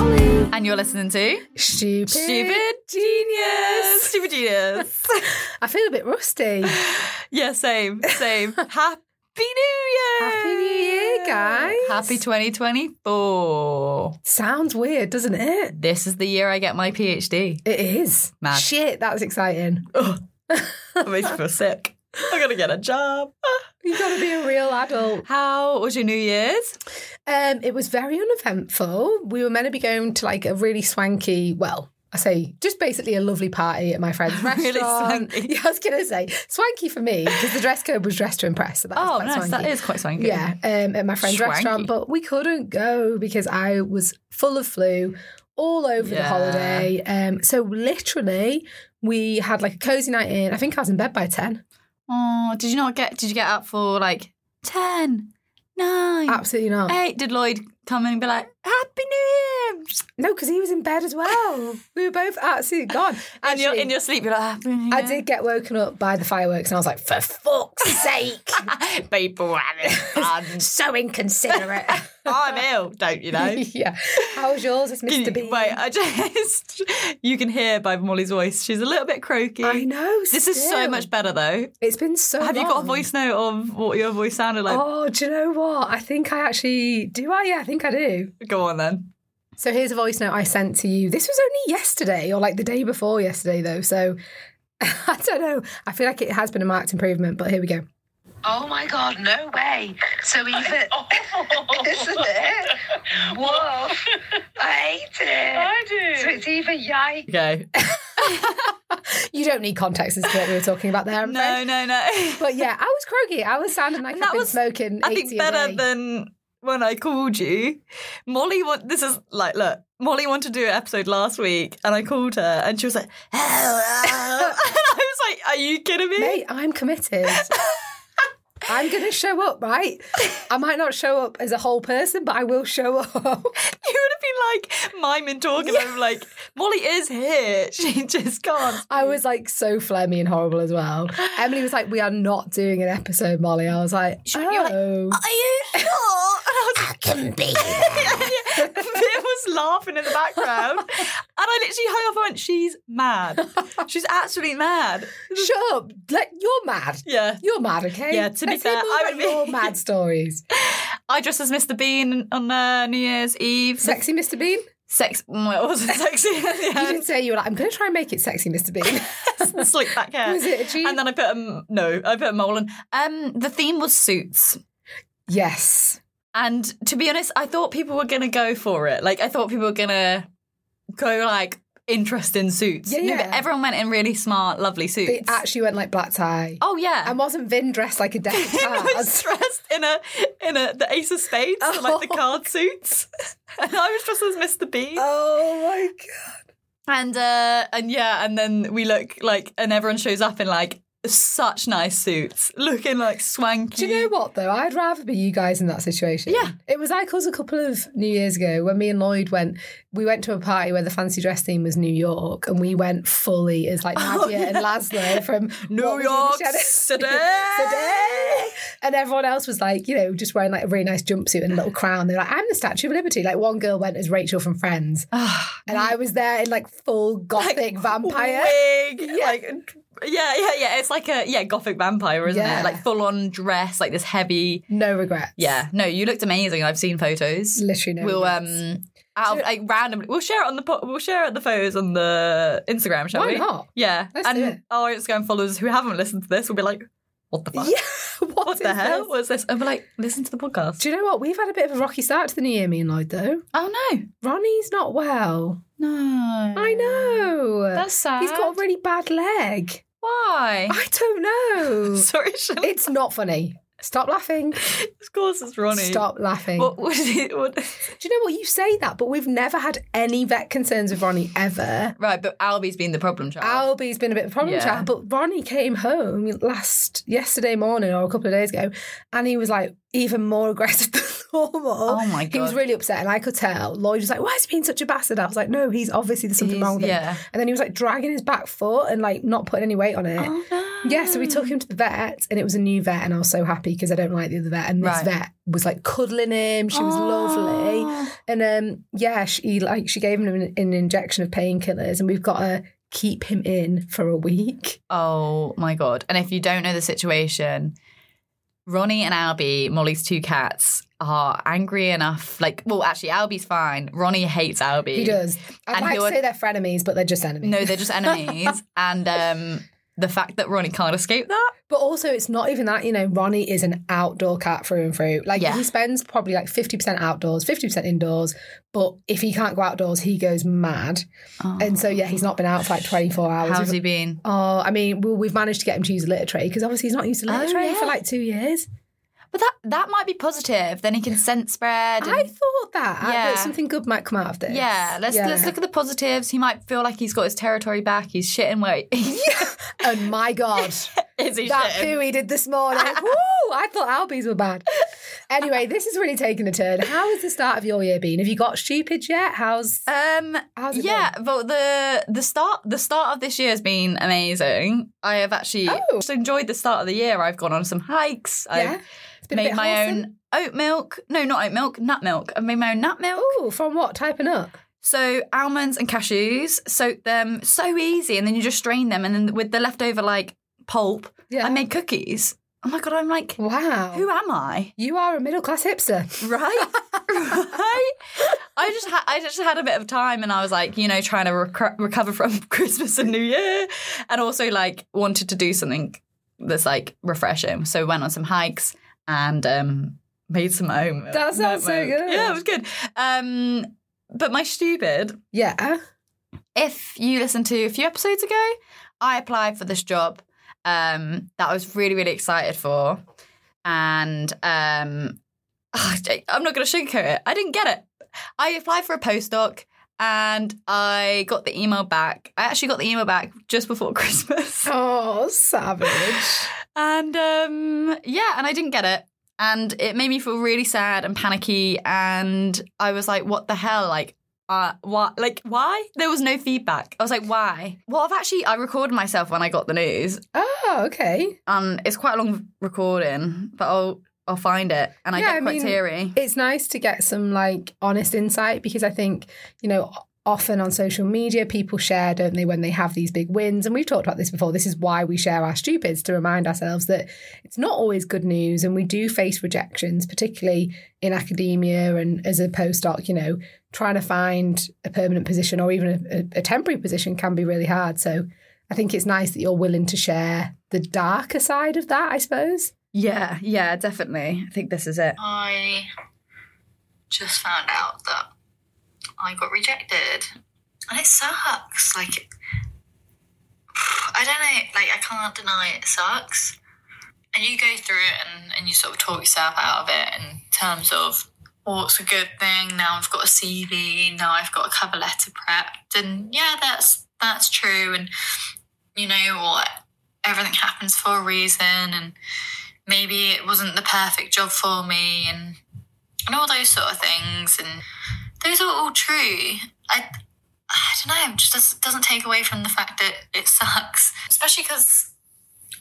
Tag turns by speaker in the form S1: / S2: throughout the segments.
S1: and you're listening to
S2: Stupid.
S1: Stupid Genius. Stupid Genius.
S2: I feel a bit rusty.
S1: yeah, same, same. Happy New Year.
S2: Happy New Year, guys.
S1: Happy 2024.
S2: Sounds weird, doesn't it?
S1: This is the year I get my PhD.
S2: It is.
S1: Mad.
S2: Shit, that was exciting.
S1: Ugh. That makes me feel sick. I'm going to get a job.
S2: You gotta be a real adult.
S1: How was your New Year's?
S2: Um, it was very uneventful. We were meant to be going to like a really swanky, well, I say just basically a lovely party at my friend's
S1: Really
S2: restaurant.
S1: swanky.
S2: Yeah, I was gonna say swanky for me because the dress code was dress to impress. So that was
S1: Oh,
S2: quite
S1: nice.
S2: swanky.
S1: That is quite swanky.
S2: Yeah, um, at my friend's
S1: Swanky.
S2: restaurant, but we couldn't go because I was full of flu all over the
S1: Yeah.
S2: holiday. Um, so literally, we had like a cozy night in. I think I was in bed by ten.
S1: Oh, did you not get? Did you get up for like ten, nine,
S2: Absolutely not.
S1: eight? Did Lloyd come and be like, "Happy New Year"?
S2: No, because he was in bed as well. we were both absolutely gone.
S1: And you're
S2: Actually,
S1: in your sleep. You're like, "Ah, "Happy New Year."
S2: I did get woken up by the fireworks, and I was like, "For fuck's sake,
S1: did. People having fun.
S2: so inconsiderate."
S1: I'm ill, don't you know?
S2: yeah. How was yours, it's
S1: Can
S2: Mr.
S1: you-
S2: B?
S1: Wait, I just you can hear by Molly's voice. She's a little bit croaky.
S2: I know.
S1: This is so
S2: still.
S1: much better though.
S2: It's been so.
S1: Have you got
S2: long.
S1: a voice note of what your voice sounded like?
S2: Oh, do you know what? I think I actually do. I yeah, I think I do.
S1: Go on then.
S2: So here's a voice note I sent to you. This was only yesterday, or like the day before yesterday, though. So I don't know. I feel like it has been a marked improvement, but here we go.
S3: Oh my god, no way. So even isn't it? Whoa. I hate it. I do. So it's either yay
S1: Okay.
S2: You don't need context as to what we were talking about there. I'm
S1: No,
S2: afraid.
S1: no, no.
S2: But yeah, I was croaky. I was sounding like
S1: And
S2: I've
S1: that
S2: been
S1: was,
S2: smoking.
S1: I think
S2: 80 a
S1: better
S2: day.
S1: than when I called you. Molly, what this is like? Look, Molly wanted to do an episode last week, and I called her, and she was like, "Hello," and I was like, "Are you kidding me?"
S2: Mate, I'm committed. I'm going to show up, right? I might not show up as a whole person, but I will show up.
S1: You would have been like miming talking. I'm like, Molly is here. She just can't.
S2: I was like so phlegmy and horrible as well. Emily was like, "We are not doing an episode, Molly." I was like,
S1: you're like,
S2: "Oh,
S1: Are you sure? And I, was like, can be. Mia was laughing in the background, and I literally hung up. and went, "She's mad. She's absolutely mad."
S2: shut up! Like you're mad.
S1: Yeah.
S2: You're mad, okay?
S1: Yeah, to be
S2: Let's hear
S1: fair,
S2: more
S1: I
S2: about
S1: would be-
S2: your mad stories.
S1: I dressed as Mr. Bean on uh, New Year's Eve.
S2: Sexy Mr. Bean.
S1: Sex. mm, It wasn't sexy.
S2: You
S1: yeah.
S2: didn't say you were like, "I'm going to try and make it sexy, Mr. Bean."
S1: Slick back hair.
S2: Was it a cheat?
S1: And then I put um no, I put a mole on. Um, the theme was suits.
S2: yes.
S1: And to be honest, I thought people were gonna go for it. Like I thought people were gonna go like interest in suits.
S2: Yeah,
S1: No, but
S2: yeah.
S1: everyone went in really smart, lovely suits.
S2: They actually went like black tie.
S1: oh yeah.
S2: And wasn't Vin dressed like a
S1: I was
S2: debutante?
S1: dressed in a in a the Ace of Spades,
S2: Oh.
S1: so, like the card suits, and I was dressed as Mr. Bean.
S2: oh my god!
S1: And uh and yeah, and then we look like and everyone shows up in like such nice suits, looking like swanky.
S2: Do you know what though? I'd rather be you guys in that situation.
S1: Mm. Yeah.
S2: It was like us a couple of New Years ago when me and Lloyd went, we went to a party where the fancy dress theme was New York and we went fully as like Nadia
S1: Oh, yeah.
S2: and Laszlo from
S1: New
S2: What Was in the
S1: York
S2: Shadows?
S1: City.
S2: City. And everyone else was like, you know, just wearing like a really nice jumpsuit and a little crown. They're like, I'm the Statue of Liberty. Like one girl went as Rachel from Friends.
S1: Oh,
S2: and I was there in like full gothic vampire.
S1: wig. Like yeah, yeah, yeah. It's like a yeah, gothic vampire, isn't
S2: Yeah.
S1: it? Like full on dress, like this heavy.
S2: No regrets.
S1: Yeah, no, you looked amazing. I've seen photos.
S2: Literally no
S1: We'll
S2: regrets.
S1: um out of, like randomly we'll share it on the po- we'll share it the photos on the Instagram, shall
S2: Why
S1: we?
S2: not?
S1: Yeah,
S2: Let's
S1: and
S2: do it.
S1: our Instagram followers who haven't listened to this will be like, "What the fuck?
S2: Yeah. What,
S1: what
S2: is
S1: the hell
S2: this?
S1: was this?" And we're like, "Listen to the podcast."
S2: Do you know what? We've had a bit of a rocky start to the new year, me and Lloyd, though.
S1: oh no,
S2: Ronnie's not well.
S1: no,
S2: I know.
S1: That's sad. Eh.
S2: He's got a really bad leg.
S1: why?
S2: I don't know.
S1: Sorry, Shannon.
S2: it's not funny. Stop laughing.
S1: Of course, it's Ronnie.
S2: Stop laughing.
S1: What was it? What?
S2: Do you know what? You say that, but we've never had any vet concerns with Ronnie ever.
S1: Right, but Albie's been the problem child.
S2: Albie's been a bit of a problem
S1: Yeah.
S2: child, but Ronnie came home last yesterday morning or a couple of days ago, and he was like even more aggressive than normal.
S1: Oh my
S2: He was
S1: God.
S2: really upset, and I could tell. Lloyd was like, "Why is he being such a bastard?" I was like, "No, he's obviously there's something
S1: He's-
S2: wrong with him."
S1: yeah.
S2: And then he was like dragging his back foot and like not putting any weight on it.
S1: Oh, no.
S2: Yeah, so we took him to the vet, and it was a new vet, and I was so happy because I don't like the other vet. And this
S1: Right. Oh.
S2: vet was like cuddling him; she was lovely. And um, yeah, she like she gave him an, an injection of painkillers, and we've got to keep him in for a week.
S1: Oh my god! And if you don't know the situation, Ronnie and Albie, Molly's two cats, are angry enough. Like, well, actually, Albie's fine. Ronnie hates Albie.
S2: He does. I'd
S1: And
S2: like
S1: he
S2: to
S1: would-
S2: say they're frenemies, but they're just enemies.
S1: No, they're just enemies. and um, the fact that Ronnie can't escape that.
S2: But also, it's not even that, you know, Ronnie is an outdoor cat through and through. Like,
S1: Yeah.
S2: he spends probably like 50% outdoors, 50% indoors. But if he can't go outdoors, he goes mad.
S1: Oh.
S2: And so, yeah, he's not been out for like 24 hours.
S1: How's
S2: We've-
S1: he been?
S2: Oh, I mean, well, we've managed to get him to use a litter tray because obviously he's not used to litter
S1: Oh,
S2: tray
S1: yeah.
S2: for like two years.
S1: But that that might be positive. Then he can sense spread. and-
S2: I thought that. I
S1: Yeah.
S2: thought something good might come out of this.
S1: yeah, let's
S2: Yeah.
S1: let's look at the positives. He might feel like he's got his territory back. He's shitting weight.
S2: And Oh my God.
S1: Is he
S2: that
S1: shitting?
S2: poo he did this morning. Woo! I thought Albies were bad. Anyway, this is really taking a turn. How has the start of your year been? Have you got stupid yet? How's
S1: Um,
S2: How's it
S1: yeah, but the the start the start of this year has been amazing. I have actually
S2: Oh.
S1: just enjoyed the start of the year. I've gone on some hikes.
S2: Yeah?
S1: I've
S2: It's been a
S1: made
S2: bit
S1: my
S2: wholesome.
S1: own oat milk. No, not oat milk, nut milk. I've made my own nut milk.
S2: Ooh, from what? Typing up.
S1: So almonds and cashews, soak them so easy, and then you just strain them, and then with the leftover like pulp,
S2: Yeah.
S1: I made cookies. Oh my god, I'm like,
S2: Wow.
S1: who Mm. am I?
S2: you are a middle class hipster.
S1: right right i just ha- i just had a bit of time and i was like you know trying to rec- recover from christmas and new year and also like wanted to do something that's like refreshing so went on some hikes and um made some own milk-
S2: That sounds
S1: nut
S2: so
S1: milk.
S2: good.
S1: yeah it was good um but my stupid
S2: Yeah.
S1: if you listen to a few episodes ago, I applied for this job um, that I was really, really excited for. And um, I'm not going to sugarcoat it. I didn't get it. I applied for a postdoc and I got the email back. I actually got the email back just before Christmas.
S2: Oh, savage.
S1: And um, yeah, and I didn't get it. And it made me feel really sad and panicky. And I was like, what the hell? Like, uh, why? Like, why? There was no feedback. I was like, why? Well, I've actually, I recorded myself when I got the news.
S2: Oh, okay.
S1: And it's quite a long recording, but I'll, I'll find it. And I
S2: Yeah,
S1: get
S2: I
S1: quite
S2: mean,
S1: teary.
S2: It's nice to get some like honest insight because I think, you know, often on social media people share, don't they, when they have these big wins. And we've talked about this before. This is why we share our stupids to remind ourselves that it's not always good news and we do face rejections, particularly in academia and as a postdoc, you know, trying to find a permanent position or even a, a- a temporary position can be really hard. So I think it's nice that you're willing to share the darker side of that, I suppose.
S1: Yeah, yeah, definitely. I think this is it.
S4: I just found out that I got rejected. And it sucks. Like, I don't know. Like, I can't deny it sucks. And you go through it and, and you sort of talk yourself out of it in terms of, oh, it's a good thing. Now I've got a CV. Now I've got a cover letter prepped. And yeah, that's that's true. And, you know, what? Everything happens for a reason. And maybe it wasn't the perfect job for me and and all those sort of things and those are all true i i don't know it just does- doesn't take away from the fact that it sucks especially because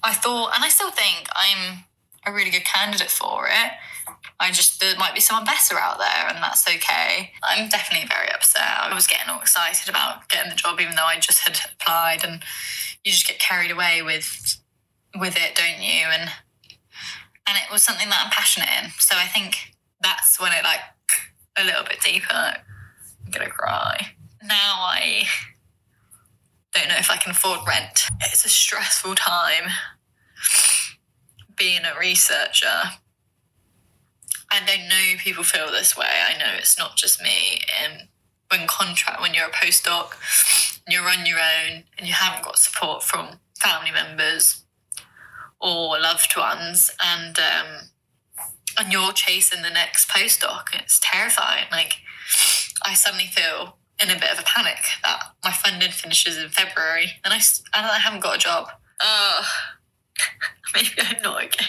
S4: i thought and i still think i'm a really good candidate for it i just there might be someone better out there and that's okay i'm definitely very upset i was getting all excited about getting the job even though i just had applied and you just get carried away with with it don't you and and it was something that I'm passionate in. So I think that's when it like a little bit deeper. I'm gonna cry. Now I don't know if I can afford rent. It's a stressful time being a researcher. And I know people feel this way. I know it's not just me. Um, when contract, when you're a postdoc, you're on your own and you haven't got support from family members, or loved ones and um and you're chasing the next postdoc it's terrifying like i suddenly feel in a bit of a panic that my funding finishes in february and i s- and i haven't got a job oh maybe i'm not okay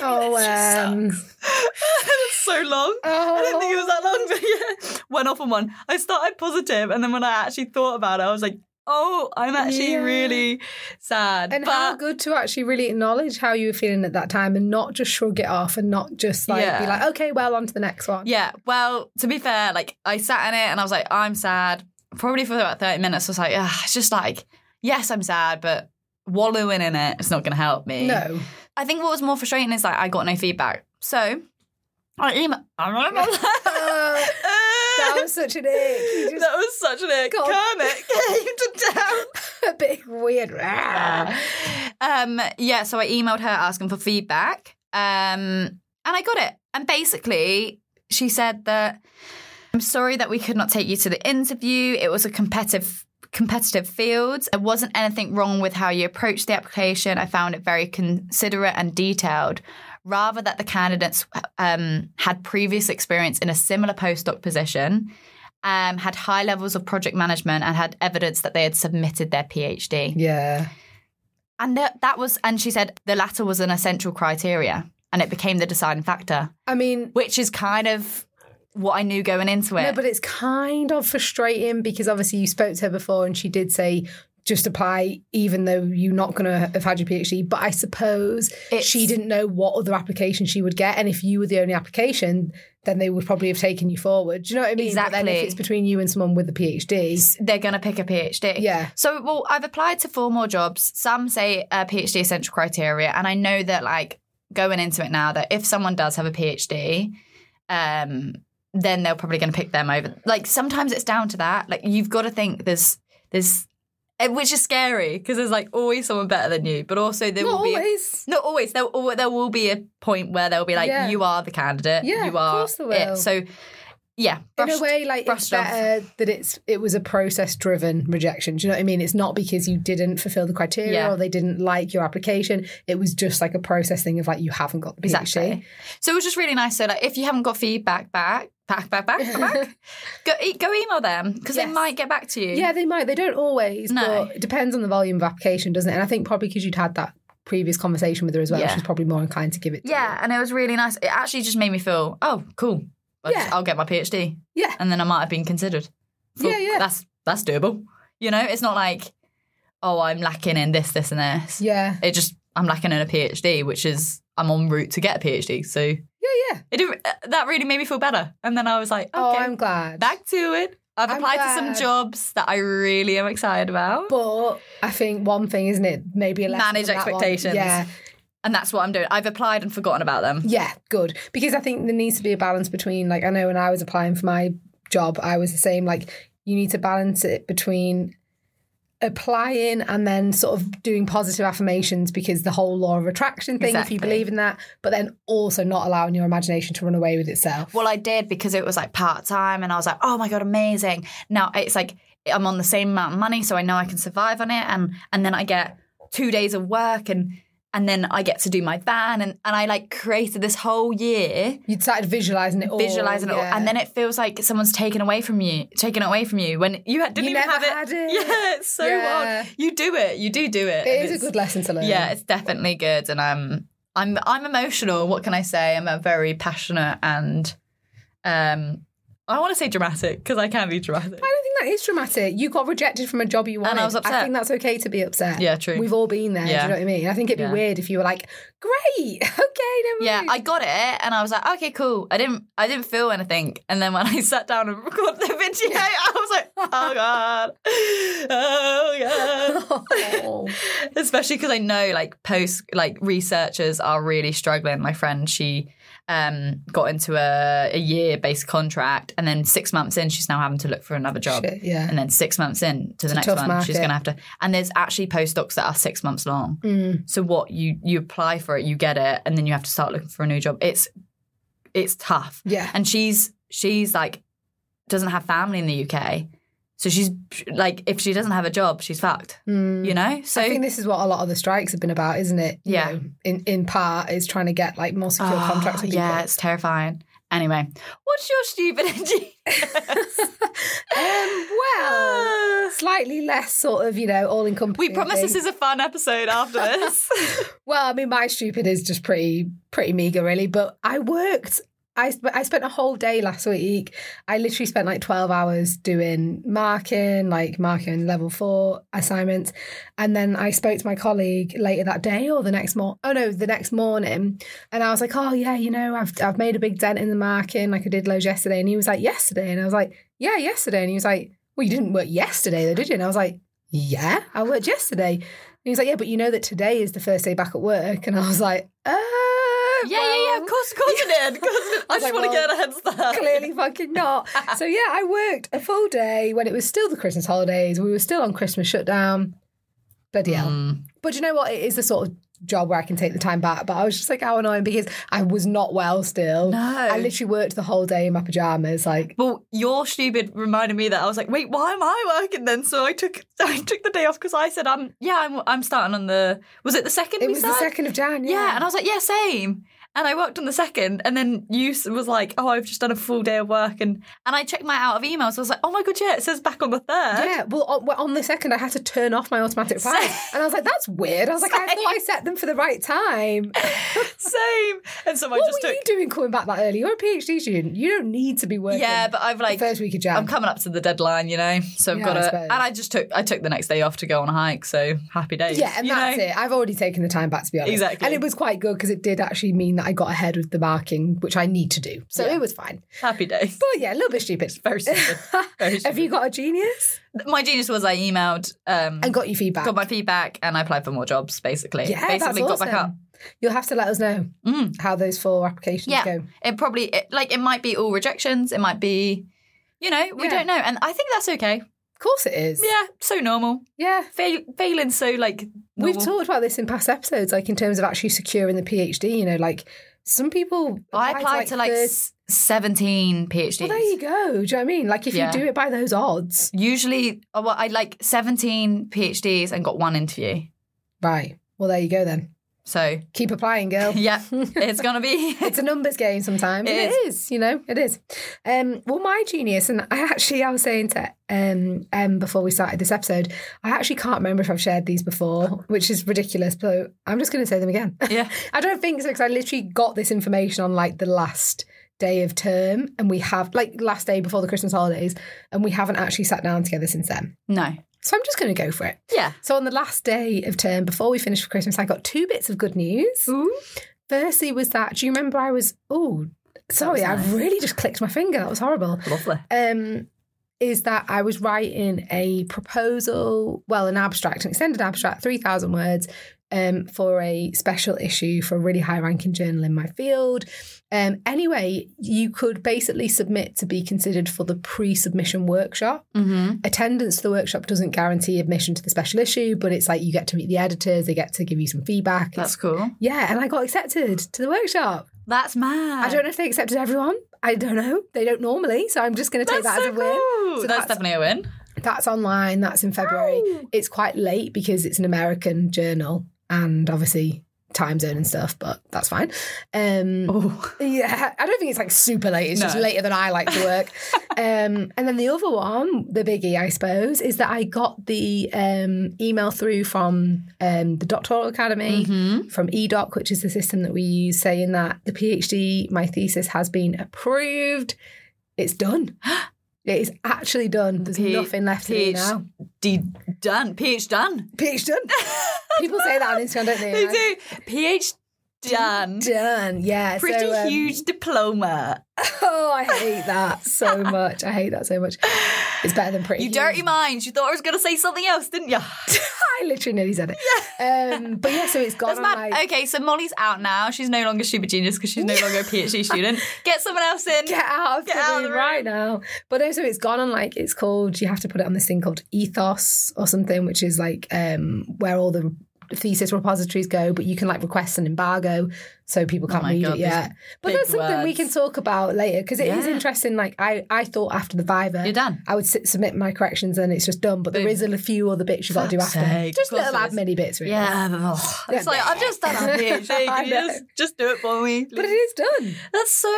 S2: Oh, um,
S1: so long. I didn't think
S2: oh,
S1: it was that long, but yeah. Went off on one. I started positive, and then when I actually thought about it, I was like, oh, I'm actually
S2: Yeah.
S1: really sad.
S2: and
S1: but
S2: how good to actually really acknowledge how you were feeling at that time and not just shrug it off and not just like be
S1: Yeah.
S2: like, okay, well, on to the next one.
S1: yeah, well, to be fair, like I sat in it and I was like, I'm sad. Probably for about 30 minutes, I was like, ah, it's just like, yes, I'm sad, but wallowing in it, it's not going to help me.
S2: No.
S1: I think what was more frustrating is like I got no feedback. So I emailed.
S2: Oh, that was such an ick. You just
S1: that was such an ick.
S2: God.
S1: Kermit came to town.
S2: a big weird. rah.
S1: um, yeah, so I emailed her asking for feedback. Um, and I got it. And basically, she said that I'm sorry that we could not take you to the interview. It was a competitive competitive field. There wasn't anything wrong with how you approached the application. I found it very considerate and detailed. Rather that the candidates um, had previous experience in a similar postdoc position, um, had high levels of project management, and had evidence that they had submitted their PhD.
S2: Yeah.
S1: And that, that was, and she said the latter was an essential criteria and it became the deciding factor,
S2: I mean,
S1: which is kind of what I knew going into it.
S2: No, but it's kind of frustrating because obviously you spoke to her before and she did say just apply even though you're not going to have had your PhD. But I suppose
S1: It's-
S2: she didn't know what other application she would get. And if you were the only application, then they would probably have taken you forward. Do you know what I mean? But then if
S1: Exactly.
S2: it's between you and someone with a PhD,
S1: They're going to pick a PhD.
S2: Yeah.
S1: So, well, I've applied to four more jobs. Some say uh, PhD essential criteria. And I know that, like, going into it now, that if someone does have a PhD, um, then they're probably going to pick them over. Like, sometimes it's down to that. Like, you've got to think there's, there's, eh, which is scary because there's like always someone better than you, but also there
S2: not
S1: will be a-
S2: always.
S1: Not always. There, al- there will be a point where they'll be like,
S2: Yeah.
S1: "You are the candidate.
S2: Yeah, of
S1: you are
S2: course there will.
S1: it." So, yeah,
S2: In a
S1: brushed-
S2: way, like it's
S1: brushed off.
S2: better that it's it was a process driven rejection. Do you know what I mean? It's not because you didn't fulfill the criteria
S1: Yeah.
S2: or they didn't like your application. It was just like a process thing of like you haven't got the PhD.
S1: exactly. So it was just really nice. So, like, if you haven't got feedback back, back, back, back, back, go, e- go email them because they
S2: Yes.
S1: might get back to you.
S2: Yeah, they might. They don't always.
S1: No.
S2: But it depends on the volume of application, doesn't it? And I think probably because you'd had that previous conversation with her as well,
S1: Yeah.
S2: she's probably more inclined to give it. To
S1: yeah. And it was really nice. It actually just made me feel, oh, cool. I'll,
S2: Yeah.
S1: just, I'll get my PhD,
S2: you. Yeah.
S1: and then I might have been considered.
S2: Yeah, yeah.
S1: That's that's doable. You know, it's not like, oh, I'm lacking in this, this, and this.
S2: Yeah.
S1: It just I'm lacking in a PhD, which is I'm on route to get a PhD. So.
S2: Yeah. Yeah.
S1: It did, that really made me feel better. And then I was like, okay,
S2: Oh, I'm glad.
S1: back to it. I've
S2: I'm
S1: applied to some
S2: glad.
S1: jobs that I really am excited about.
S2: but I think one thing, isn't it? Maybe a lesson
S1: Manage
S2: from that one.
S1: expectations.
S2: Yeah.
S1: and that's what I'm doing. I've applied and forgotten about them.
S2: Yeah, good. Because I think there needs to be a balance between, like, I know when I was applying for my job, I was the same. Like, you need to balance it between applying and then sort of doing positive affirmations because the whole law of attraction thing, if you
S1: Exactly.
S2: believe in that, but then also not allowing your imagination to run away with itself.
S1: Well, I did because it was like part time and I was like, oh my God, amazing. Now it's like I'm on the same amount of money, so I know I can survive on it. And, and then I get two days of work and, and then I get to do my van. And, and I like created this whole year
S2: you started visualizing it all.
S1: visualizing it all,
S2: yeah.
S1: and then it feels like someone's taken away from you, taken away from you when you had- didn't
S2: You
S1: even have
S2: never had
S1: it.
S2: it.
S1: Yeah, it's so
S2: Yeah.
S1: wild. You do it. You do do it. and
S2: it is a
S1: it's-
S2: good lesson to learn.
S1: Yeah, it's definitely good, and I'm I'm I'm emotional. What can I say? I'm a very passionate and um. I want to say dramatic because I can be dramatic.
S2: I don't think that is dramatic. You got rejected from a job you wanted.
S1: And I was upset.
S2: think that's okay to be upset.
S1: Yeah, true.
S2: We've all been there. Do
S1: Yeah.
S2: you know what I mean? I think it'd be
S1: Yeah.
S2: weird if you were like, "Great, okay, no
S1: Yeah,
S2: worries."
S1: I got it, and I was like, okay, cool. I didn't I didn't feel anything, and then when I sat down and recorded the video, I was like, oh god, oh god.
S2: Oh.
S1: especially because I know like post like researchers are really struggling. My friend, she um, got into a, a year based contract, and then six months in, she's now having to look for another job.
S2: Shit, yeah.
S1: And then six months in to the
S2: a
S1: next
S2: tough
S1: one, she's
S2: market.
S1: going to have to. And there's actually postdocs that are six months long.
S2: Mm,
S1: So what you you apply for it, you get it, and then you have to start looking for a new job. It's it's tough.
S2: Yeah.
S1: And she's she's like doesn't have family in the UK, so she's like if she doesn't have a job, she's fucked. You know. So
S2: mm. I think this is what a lot of the strikes have been about, isn't it? You
S1: Yeah.
S2: know, in in part, is trying to get like more secure
S1: Oh,
S2: contracts. With people.
S1: Yeah, it's terrifying. Anyway, what what's your stupid ingenious?
S2: Um, well, slightly less sort of, you know, all encompassing.
S1: we promise this is a fun episode after this.
S2: Well, I mean, my stupid is just pretty pretty meager, really. But I worked. I sp- I spent a whole day last week. I literally spent like twelve hours doing marking, like marking level four assignments, and then I spoke to my colleague later that day or the next morning. Oh no, the next morning, and I was like, oh yeah, you know, I've I've made a big dent in the marking, like I did loads yesterday. And he was like, yesterday, and I was like, yeah, yesterday, and he was like, well, you didn't work yesterday though, did you? And I was like, yeah, I worked yesterday. And he was like, yeah, but you know that today is the first day back at work. And I was like, uh,
S1: yeah, yeah, yeah.
S2: well,
S1: Of course, of course it did. Of course it did.
S2: I
S1: I
S2: was
S1: just
S2: like,
S1: want to
S2: well,
S1: get ahead of that.
S2: Clearly fucking not. So yeah, I worked a full day when it was still the Christmas holidays. We were still on Christmas shutdown. Bloody hell.
S1: Mm.
S2: But you know what? It is the sort of job where I can take the time back. But I was just like, how annoying because I was not well still.
S1: No.
S2: I literally worked the whole day in my pajamas. Like,
S1: Well, your stupid reminded me that I was like, wait, why am I working then? So I took I took the day off because I said, I'm yeah, I'm I'm starting on the was it the second?
S2: it
S1: we
S2: was the
S1: started?
S2: second of Jan.
S1: Yeah. and I was like, yeah, same. And I worked on the second, and then you s- was like, oh, I've just done a full day of work, and and I checked my out of emails. I was like, oh my god, yeah, it says back on the third.
S2: Yeah, well, on, well, on the second, I had to turn off my automatic
S1: Same.
S2: files. And I was like, that's weird. I was like, I
S1: Same.
S2: thought I set them for the right time.
S1: Same. And so I
S2: What
S1: just
S2: were
S1: took.
S2: you doing coming back that early? You're a PhD student. You don't need to be working.
S1: Yeah, but I've
S2: the
S1: like
S2: first week of Jan.
S1: I'm coming up to the deadline, you know. So I've
S2: Yeah,
S1: got
S2: I
S1: to,
S2: suppose.
S1: and I just took I took the next day off to go on a hike. So happy days.
S2: yeah, and
S1: you
S2: that's
S1: know?
S2: it. I've already taken the time back to be honest.
S1: Exactly.
S2: And it was quite good because it did actually mean that I got ahead with the marking, which I need to do. So
S1: Yeah.
S2: it was fine.
S1: Happy days.
S2: But yeah, a little bit stupid.
S1: Very stupid. Very
S2: Have
S1: stupid.
S2: you got a genius?
S1: my genius was I emailed um,
S2: And got your feedback.
S1: got my feedback and I applied for more jobs. Basically,
S2: yeah,
S1: basically
S2: that's
S1: got back up.
S2: awesome. You'll have to let us know
S1: Mm.
S2: how those four applications
S1: Yeah.
S2: go.
S1: It probably it, like it might be all rejections. It might be, you know, we
S2: Yeah.
S1: don't know, and I think that's okay.
S2: Of course it is.
S1: Yeah, so normal.
S2: Yeah.
S1: Fail, failing so like
S2: We've
S1: normal.
S2: talked about this in past episodes, like in terms of actually securing the PhD, you know, like some people
S1: I applied to like,
S2: the-
S1: s seventeen PhDs.
S2: Well, there you go. Do you know what I mean? Like if
S1: Yeah.
S2: you do it by those odds.
S1: Usually, oh, well, I like 17 PhDs and got one interview.
S2: Right. Well, there you go then.
S1: So,
S2: Keep applying, girl.
S1: yeah, it's going to be.
S2: It's a numbers game sometimes.
S1: It
S2: and it is, you know, it is. Um, well, my genius, and I actually, I was saying to um, Em before we started this episode, I actually can't remember if I've shared these before, which is ridiculous, but I'm just going to say them again.
S1: yeah.
S2: I don't think so because I literally got this information on like the last day of term, and we have like last day before the Christmas holidays, and we haven't actually sat down together since then.
S1: No.
S2: So I'm just going to go for it.
S1: Yeah.
S2: So on the last day of term, before we finished for Christmas, I got two bits of good news.
S1: Ooh.
S2: Firstly, was that do you remember I was oh sorry
S1: was nice.
S2: I really just clicked my finger that was horrible.
S1: Lovely.
S2: Um, is that I was writing a proposal, well, an abstract, an extended abstract, three thousand words, um, for a special issue for a really high-ranking journal in my field. Um, anyway, you could basically submit to be considered for the pre-submission workshop
S1: Mm-hmm.
S2: attendance to the workshop doesn't guarantee admission to the special issue, but it's like you get to meet the editors, they get to give you some feedback.
S1: That's
S2: It's-
S1: cool.
S2: yeah, and I got accepted to the workshop.
S1: That's mad.
S2: I don't know if they accepted everyone. I don't know. They don't normally, so I'm just going to
S1: That's
S2: take that
S1: so
S2: as a win.
S1: cool.
S2: So
S1: that's,
S2: that's-
S1: definitely a win.
S2: That's online. That's in February. It's quite late because it's an American journal and obviously time zone and stuff, but that's fine. Um,
S1: Oh.
S2: yeah, I don't think it's like super late. It's just
S1: No.
S2: later than I like to work. um, and then the other one, the biggie, I suppose, is that I got the um, email through from um, the Doctoral Academy,
S1: Mhm.
S2: from EDOC, which is the system that we use, saying that the PhD, my thesis, has been approved. It's done. it is actually done. There's
S1: P-
S2: nothing left to do
S1: PhD.
S2: now.
S1: D- done. PH done.
S2: PhD done. People say that on Instagram, don't they?
S1: They
S2: And
S1: do. PH done.
S2: I'm Done. Yeah.
S1: Pretty
S2: so, um,
S1: huge diploma.
S2: Oh, I hate that so much. I hate that so much. It's better than pretty.
S1: You
S2: huge.
S1: dirty minds. You thought I was going to say something else, didn't you?
S2: I literally nearly said it. Um, but yeah, so it's gone
S1: That's
S2: on
S1: mad.
S2: like
S1: okay, so Molly's out now. She's no longer stupid genius because she's no longer a PhD student. Get someone else in.
S2: get out of
S1: Get
S2: the
S1: out of
S2: room
S1: the room.
S2: right now. But also, it's gone on like it's called. You have to put it on this thing called Ethos or something, which is like um, where all the thesis repositories go. But you can like request an embargo, so people can't
S1: Oh my
S2: read
S1: God,
S2: it yet.
S1: these
S2: But
S1: big
S2: that's something we
S1: words.
S2: can talk about later because it is
S1: Yeah.
S2: interesting. Like I, I thought after the Viva,
S1: You're done.
S2: I would sit, submit my corrections and it's just done. But there
S1: Boom.
S2: is a few other bits you've got to do
S1: Fuck's
S2: after.
S1: sake,
S2: Just
S1: of course there
S2: little
S1: is.
S2: admin bits, really.
S1: Yeah, but, oh, it's
S2: Yeah.
S1: like I've just done a PhD.
S2: I
S1: Can you
S2: know.
S1: just just do it for me?
S2: But it
S1: please?
S2: is done.
S1: That's so.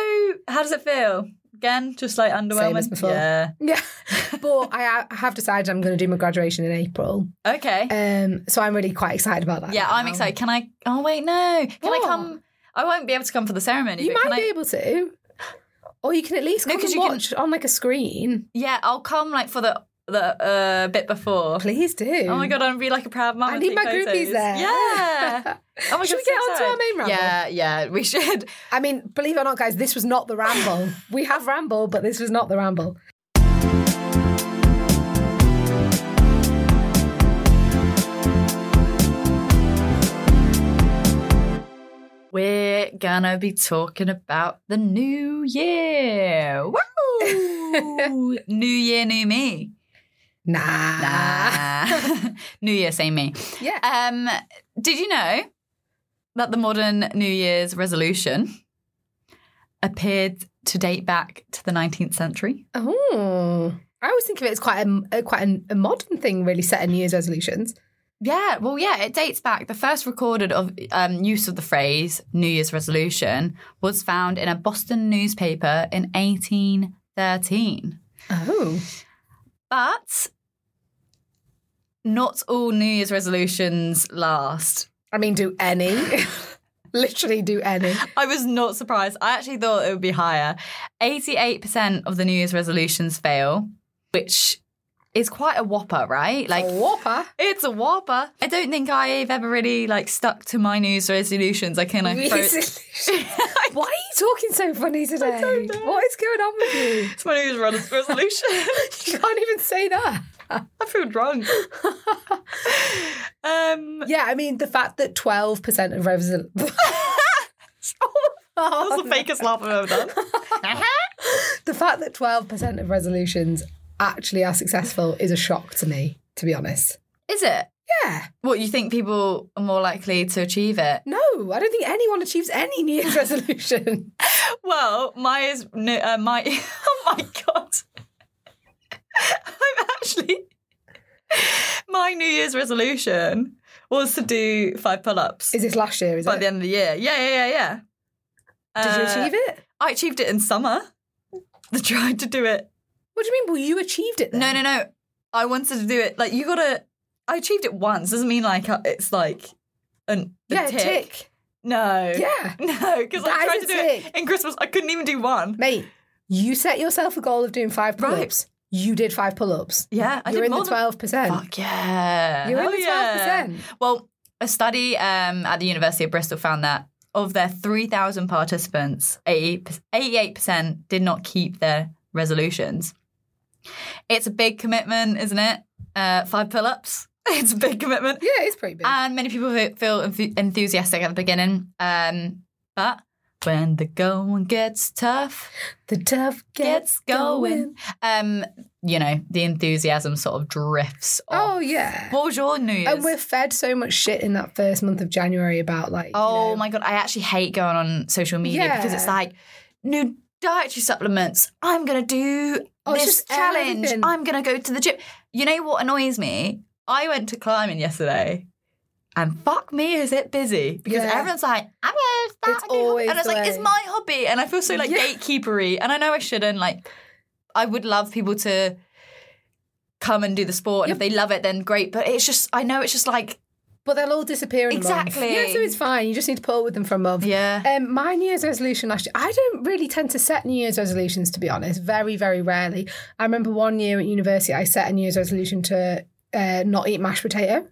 S1: How does it feel? again, just like underwhelming.
S2: as before.
S1: Yeah.
S2: Yeah. but I ha- I have decided I'm going to do my graduation in April.
S1: Okay.
S2: Um, so I'm really quite excited about that. Um,
S1: yeah, I'm
S2: now.
S1: excited. Can I? Oh wait, no. Can
S2: What?
S1: I come? I won't be able to come for the ceremony.
S2: You
S1: but can
S2: might be
S1: I,
S2: able to. Or you can at least
S1: No,
S2: come
S1: 'cause
S2: and
S1: you can-
S2: watch on like a screen.
S1: Yeah, I'll come like for the the uh, bit before.
S2: Please do.
S1: Oh my god, I'm be like a proud mum.
S2: I
S1: and
S2: need
S1: take
S2: my
S1: photos.
S2: groupies there.
S1: Yeah. Oh my
S2: Should
S1: God,
S2: we get
S1: so
S2: on to
S1: sad.
S2: our main ramble?
S1: Yeah, yeah, we should.
S2: I mean, believe it or not, guys, this was not the ramble. we have ramble, but this was not the ramble.
S1: We're gonna be talking about the new year. Woo! new year, new me.
S2: Nah.
S1: Nah. new year, same me.
S2: Yeah.
S1: Um, did you know that the modern New Year's resolution appeared to date back to the 19th century?
S2: Oh. I always think of it as quite a, a- quite an- a modern thing, really, set in New Year's resolutions.
S1: Yeah, well, yeah, it dates back. The first recorded of um, use of the phrase New Year's resolution was found in a Boston newspaper in 1813.
S2: Oh.
S1: But not all New Year's resolutions last.
S2: I mean, do any. Literally do any.
S1: I was not surprised. I actually thought it would be higher. 88% of the New Year's resolutions fail, which is quite a whopper, right? Like
S2: a whopper.
S1: it's a whopper. I don't think I've ever really like stuck to my New Year's resolutions. I can like throw-
S2: Why are you talking so funny today? What is going on with you?
S1: It's my New Year's res- resolution.
S2: You can't even say that.
S1: I feel drunk. um,
S2: Yeah, I mean, the fact that 12% of resolutions.
S1: that's the fakest laugh I've ever done.
S2: the fact that 12% of resolutions actually are successful is a shock to me, to be honest.
S1: Is it?
S2: Yeah.
S1: What you think people are more likely to achieve it?
S2: No, I don't think anyone achieves any New Year's resolution.
S1: Well, my is no, uh, my. Oh my god! I'm actually my New Year's resolution was to do five pull-ups
S2: Is this last year? Is
S1: by
S2: it?
S1: the end of the year. Yeah, yeah, yeah, yeah.
S2: Did you
S1: Uh,
S2: achieve it?
S1: I achieved it in summer. I tried to do it
S2: What do you mean? Well, you achieved it. Then.
S1: No, no, no. I wanted to do it. Like you gotta. I achieved it once. Doesn't mean like uh, it's like an a
S2: Yeah,
S1: tick.
S2: tick.
S1: No.
S2: Yeah.
S1: No, because
S2: That
S1: I
S2: is
S1: tried
S2: a
S1: to do
S2: tick.
S1: it in Christmas. I couldn't even do one.
S2: Mate, you set yourself a goal of doing five
S1: Right.
S2: pull-ups. You did five pull-ups.
S1: Yeah, I
S2: You're
S1: did
S2: in
S1: more
S2: the twelve
S1: Than,
S2: percent.
S1: fuck yeah.
S2: You're in
S1: Hell
S2: the twelve
S1: yeah.
S2: percent.
S1: Well, a study um, at the University of Bristol found that of their 3,000 participants, 88% did not keep their resolutions. It's a big commitment, isn't it? Uh, five pull-ups. It's a big commitment.
S2: Yeah, it's pretty big.
S1: And many people fe- feel enthu- enthusiastic at the beginning. Um, but when the going gets tough,
S2: the tough
S1: gets going, um, you know, the enthusiasm sort of drifts off.
S2: Oh yeah.
S1: What was your New Year's?
S2: and we're fed so much shit in that first month of January about like. you
S1: oh
S2: know,
S1: my God, I actually hate going on social media because it's
S2: Yeah.
S1: like new dietary supplements. I'm going to do
S2: Oh, it's
S1: this
S2: just
S1: challenge.
S2: everything.
S1: I'm going to go to the gym. You know what annoys me? I went to climbing yesterday. And fuck me, is it busy? Because
S2: Yeah.
S1: everyone's like, I'm gonna start
S2: It's
S1: a new hobby."
S2: always
S1: and it's
S2: the
S1: like, it's
S2: way.
S1: my hobby, and I feel so like
S2: Yeah.
S1: gatekeepery, and I know I shouldn't. Like, I would love people to come and do the sport, and if they love it, then great. But it's just, I know it's just like,
S2: But they'll all disappear in a month.
S1: Exactly.
S2: Yeah, so it's fine. You just need to put up with them for a month.
S1: yeah,
S2: Um, my New Year's resolution last year, I don't really tend to set New Year's resolutions, to be honest. Very, very rarely. I remember one year at university, I set a New Year's resolution to uh, not eat mashed potato.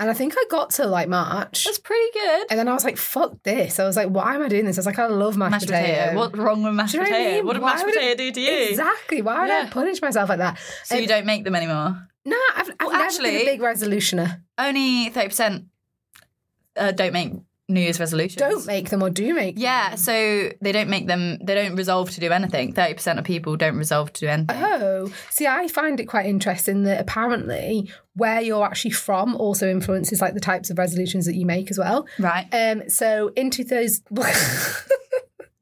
S2: And I think I got to like March.
S1: that's pretty good.
S2: And then I was like, fuck this. I was like, why am I doing this? I was like, I love mashed,
S1: Mashed potato. What's wrong with mashed
S2: Do you know what I
S1: potato?
S2: mean?
S1: What did
S2: Why
S1: mashed
S2: would it-
S1: potato do to you?
S2: Exactly. Why would I
S1: Yeah.
S2: punish myself like that?
S1: So you don't make them anymore.
S2: Nah, I've, I've
S1: Well,
S2: never been a
S1: actually-
S2: big resolutioner.
S1: Only thirty percent uh, don't make New Year's resolutions.
S2: Don't make them or do make them.
S1: Yeah, so they don't make them. They don't resolve to do anything. Thirty percent of people don't resolve to do anything.
S2: Oh, see, I find it quite interesting that apparently where you're actually from also influences like the types of resolutions that you make as well.
S1: Right.
S2: Um, so in 2000,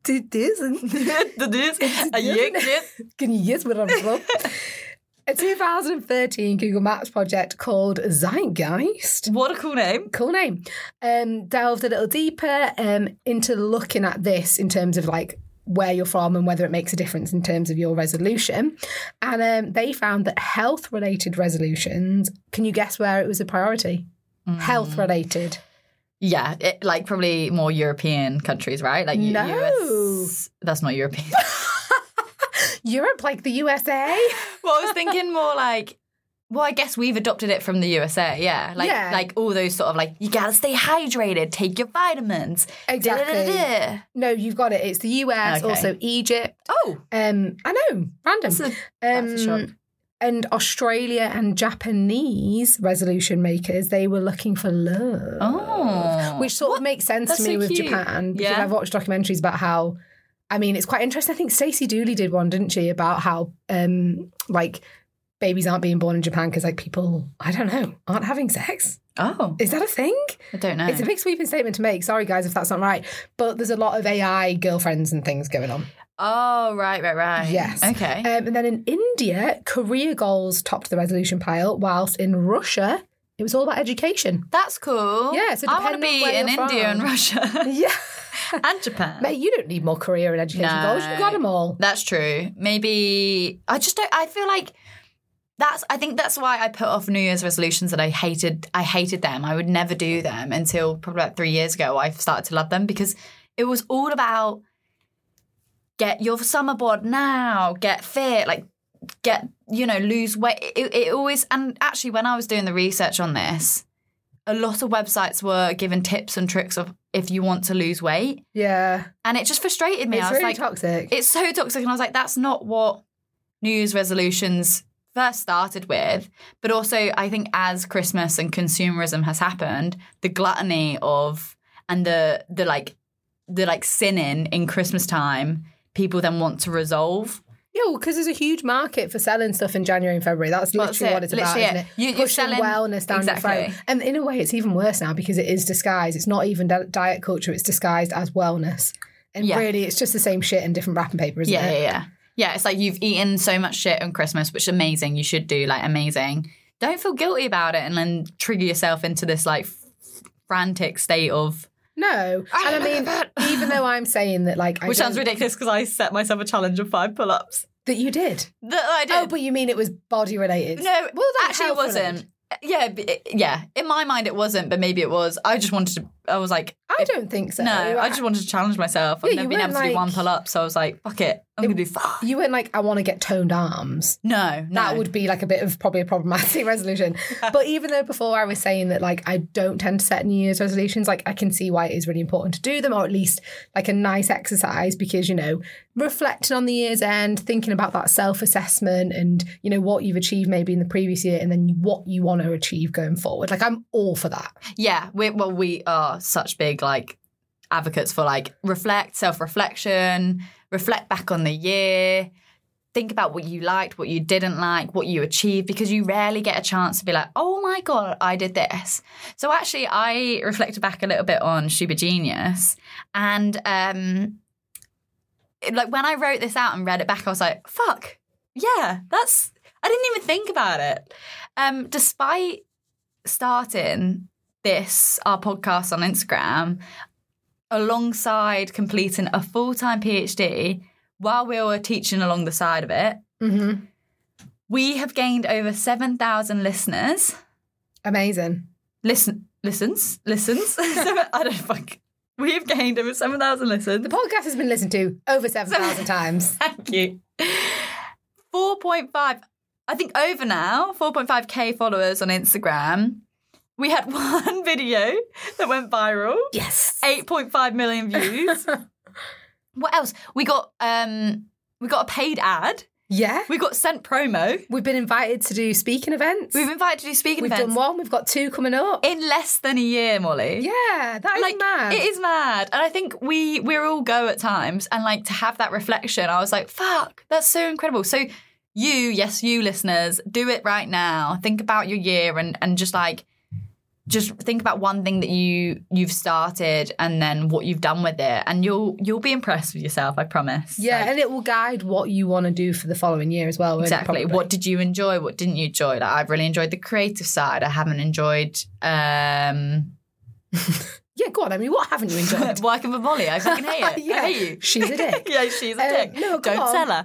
S2: did this
S1: Are you good?
S2: can you guess what I'm from? A 2013 Google Maps project called Zeitgeist
S1: What a cool name.
S2: cool name. Um, delved a little deeper um, into looking at this in terms of like where you're from and whether it makes a difference in terms of your resolution. And um, they found that health related resolutions, can you guess where it was a priority? Health related.
S1: Mm. Yeah, it, like probably more European countries, right? Like U-
S2: No.
S1: US. That's not European.
S2: Europe, like the USA.
S1: well, I was thinking more like. Well, I guess we've adopted it from the USA, yeah. Like,
S2: Yeah.
S1: like all those sort of like you gotta stay hydrated, take your vitamins.
S2: Exactly.
S1: Da-da-da-da.
S2: No, you've got it. It's the US,
S1: Okay.
S2: also Egypt.
S1: Oh,
S2: Um, I know, random.
S1: that's a,
S2: Um,
S1: that's a shock.
S2: and Australia and Japanese resolution makers, they were looking for love.
S1: Oh.
S2: Which sort of makes sense
S1: That's
S2: to me
S1: so
S2: with
S1: cute.
S2: Japan because
S1: Yeah.
S2: I've watched documentaries about how I mean it's quite interesting. I think Stacey Dooley did one, didn't she, about how um like babies aren't being born in Japan because like people, I don't know, aren't having sex.
S1: Oh,
S2: Is that a thing?
S1: I don't know.
S2: It's a big sweeping statement to make. Sorry guys if that's not right. But there's a lot of AI girlfriends and things going on.
S1: oh, right, right, right.
S2: Yes.
S1: Okay.
S2: Um, and then in India, career goals topped the resolution pile, whilst in Russia, it was all about education.
S1: That's cool.
S2: Yeah, so
S1: I want to
S2: depending on
S1: be
S2: where
S1: in
S2: you're
S1: India and
S2: from.
S1: Russia
S2: Yeah.
S1: and Japan.
S2: Mate, you don't need more career and education
S1: No.
S2: goals. You've got them all.
S1: That's true. Maybe I just don't. I feel like that's. I think that's why I put off New Year's resolutions that I hated. I hated them. I would never do them until probably about three years ago. I started to love them because it was all about get your summer board now, get fit, like get you know lose weight. It, it always and actually when I was doing the research on this, a lot of websites were giving tips and tricks of if you want to lose weight.
S2: Yeah.
S1: And it just frustrated me. I
S2: it's
S1: was
S2: really
S1: like,
S2: toxic.
S1: it's so toxic. And I was like, that's not what New Year's resolutions first started with. But also, I think as Christmas and consumerism has happened, the gluttony of and the the like the like sinning in Christmas time, people then want to resolve.
S2: yeah, because there's a huge market for selling stuff in January and February. That's
S1: Well,
S2: literally what
S1: that's
S2: it's
S1: it.
S2: about,
S1: Literally
S2: isn't it?
S1: it. You- you're
S2: Pushing
S1: selling-
S2: wellness down the
S1: Exactly.
S2: phone. And in a way, it's even worse now because it is disguised. It's not even di- diet culture. It's disguised as wellness. And
S1: Yeah.
S2: really, it's just the same shit in different wrapping paper, isn't
S1: yeah, yeah,
S2: it?
S1: yeah. Yeah, it's like you've eaten so much shit on Christmas, which is amazing. You should do like amazing. Don't feel guilty about it and then trigger yourself into this like frantic state of
S2: No. And I mean, even though I'm saying that, like, I
S1: which sounds
S2: don't-
S1: ridiculous because I set myself a challenge of five pull-ups.
S2: that you did.
S1: That I did.
S2: Oh, but you mean it was body related?
S1: no,
S2: well, that
S1: actually, it
S2: health
S1: wasn't.
S2: related.
S1: Yeah, b- it- yeah. In my mind, it wasn't, but maybe it was. I just wanted to. I was like,
S2: I don't think so.
S1: no, I just wanted to challenge myself. I've never
S2: Yeah, you
S1: been able
S2: weren't
S1: to do one
S2: like-
S1: pull up, so I was like, fuck it, I'm gonna do five.
S2: You went like, I want to get toned arms.
S1: No, no.
S2: That would be like a bit of probably a problematic resolution. but even though before I was saying that, like, I don't tend to set New Year's resolutions, like, I can see why it is really important to do them, or at least like a nice exercise because, you know, reflecting on the year's end, thinking about that self assessment and, you know, what you've achieved maybe in the previous year and then what you want to achieve going forward. Like, I'm all for that.
S1: yeah. We, well, we are such big like advocates for like reflect, self reflection, reflect back on the year. Think about what you liked, what you didn't like, what you achieved, because you rarely get a chance to be like, oh my God, I did this. So actually, I reflected back a little bit on Stupid Genius. And um, it- like when I wrote this out and read it back, I was like, fuck, yeah, that's, I didn't even think about it. Um, despite starting this, our podcast on Instagram, alongside completing a full time PhD while we were teaching along the side of it,
S2: Mm-hmm.
S1: we have gained over 7,000 listeners.
S2: Amazing.
S1: Listen, listens, listens. Seven- I don't fuck. We have gained over 7,000 listens.
S2: The podcast has been listened to over 7,000 times.
S1: Thank you. 4.5, I think over now, 4.5K followers on Instagram. We had one video that went viral.
S2: Yes.
S1: 8.5 million views. what else? We got um we got a paid ad.
S2: Yeah.
S1: We got sent promo.
S2: We've been invited to do speaking events.
S1: We've invited to do speaking
S2: We've
S1: events
S2: done one. We've got two coming up.
S1: in less than a year, Molly.
S2: yeah, that is
S1: Like
S2: mad.
S1: it is mad, and I think we we're all go at times, and like to have that reflection, I was like, "Fuck, that's so incredible." So, you, yes, you listeners, do it right now. Think about your year, and and just like, just think about one thing that you you've started, and then what you've done with it, and you'll you'll be impressed with yourself. I promise.
S2: yeah,
S1: Like,
S2: and it will guide what you want to do for the following year as well. won't it,
S1: exactly.
S2: probably?
S1: What did you enjoy? What didn't you enjoy? Like, I've really enjoyed the creative side. I haven't enjoyed. um
S2: Yeah, go on, Emily. What haven't you enjoyed?
S1: Working with Molly, I fucking hate it.
S2: yeah,
S1: I hate you.
S2: she's a dick.
S1: yeah, she's a
S2: Um,
S1: dick.
S2: no, come
S1: Don't
S2: on.
S1: tell her.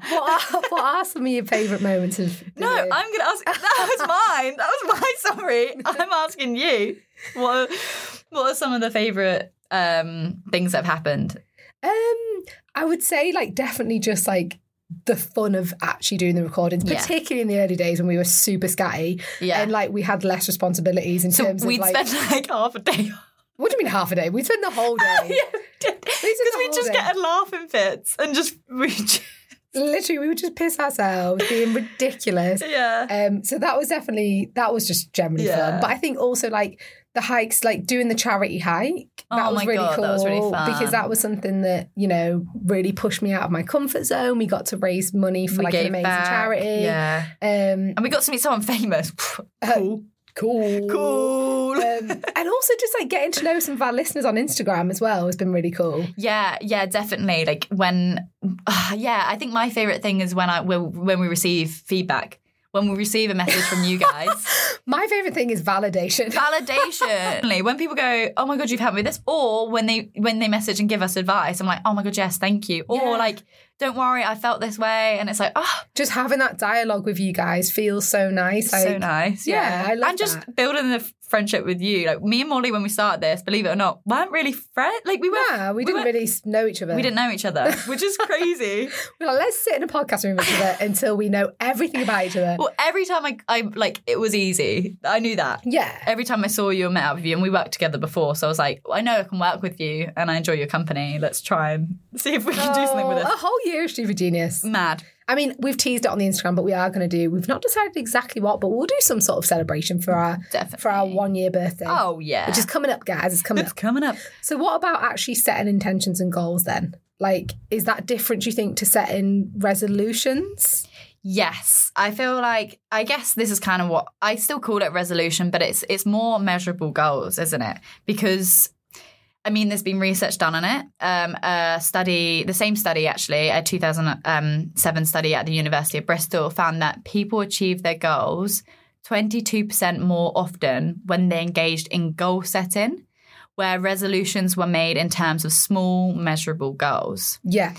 S2: What are, what are some of your favourite moments of? the
S1: No,
S2: year?
S1: I'm gonna ask. That was mine. That was my sorry. I'm asking you. What are, What are some of the favourite um, things that have happened?
S2: Um, I would say like definitely just like the fun of actually doing the recordings,
S1: Yeah.
S2: particularly in the early days when we were super scatty
S1: Yeah.
S2: and like we had less responsibilities in
S1: so
S2: terms
S1: we'd
S2: of like.
S1: spend like half a day.
S2: what do you mean half a day? We'd spend the whole
S1: Oh,
S2: day.
S1: Because
S2: These are the
S1: we would just
S2: whole
S1: get a laughing fits and just we just,
S2: Literally, we would just piss ourselves, being ridiculous.
S1: yeah.
S2: Um, so that was definitely that was just generally
S1: Yeah.
S2: fun. But I think also like the hikes, like doing the charity hike,
S1: Oh
S2: that was
S1: my
S2: really
S1: God,
S2: cool
S1: that was really fun.
S2: because that was something that you know really pushed me out of my comfort zone. We got to raise money for
S1: we
S2: like an amazing charity.
S1: Yeah.
S2: Um, uh,
S1: And we got to meet someone famous. cool.
S2: cool,
S1: Cool.
S2: Um, and also just like getting to know some of our listeners on Instagram as well has been really cool.
S1: Yeah, yeah, definitely. Like when, yeah, I think my favorite thing is when I when, when we receive feedback, when we receive a message from you guys,
S2: My favorite thing is validation.
S1: validation. when people go, "Oh my god, you've helped me with this," or when they when they message and give us advice, I'm like, "Oh my god, yes, thank you," or
S2: Yeah.
S1: like, "Don't worry, I felt this way," and it's like, "Oh,
S2: just having that dialogue with you guys feels so nice. Like,
S1: so nice."
S2: yeah, I love
S1: and just
S2: that.
S1: building the f- friendship with you. Like me and Molly, when we started this, believe it or not, weren't really friends. Like we were.
S2: Nah, we, didn't
S1: were-
S2: really s- know each other.
S1: We didn't know each other, which is crazy.
S2: We're like, let's sit in a podcast room with each other until we know everything about each other.
S1: Well, every time I, I like, it was easy. I knew that.
S2: yeah.
S1: Every time I saw you and met up with you, and we worked together before, so I was like, I know I can work with you, and I enjoy your company. Let's try and see if we can do something with
S2: Oh, A
S1: it. Mm.
S2: whole year of Stupid Genius.
S1: Mad.
S2: I mean, we've teased it on the Instagram, but we are going to do. We've not decided exactly what, but we'll do some sort of celebration for our
S1: Definitely.
S2: for our one year birthday,
S1: Oh yeah.
S2: which is coming up, guys. It's coming
S1: it's
S2: up.
S1: coming up.
S2: So, what about actually setting intentions and goals then? Like, is that different? Do you think to setting resolutions?
S1: Yes, I feel like I guess this is kind of what I still call it resolution, but it's it's more measurable goals, isn't it? Because I mean, there's been research done on it. Um, a study, the same study actually, a 2007 study at the University of Bristol found that people achieve their goals 22% more often when they engaged in goal setting, where resolutions were made in terms of small, measurable goals.
S2: Yeah.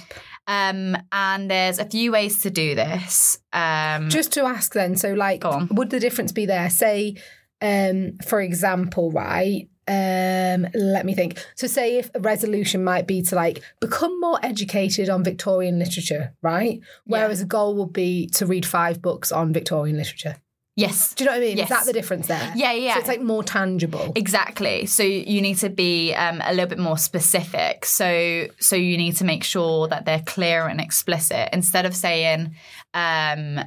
S1: Um, and there's a few ways to do this. Um,
S2: Just to ask then, so like,
S1: Go on.
S2: would the difference be there? Say, um, for example, right? Um, let me think. So, say if a resolution might be to like become more educated on Victorian literature, right? Whereas a goal would be to read five books on Victorian literature.
S1: yes,
S2: Do you know what I mean?
S1: Yes.
S2: Is that the difference there?
S1: yeah, yeah,
S2: So it's like more tangible.
S1: exactly. So you need to be um, a little bit more specific. So so you need to make sure that they're clear and explicit instead of saying. Um,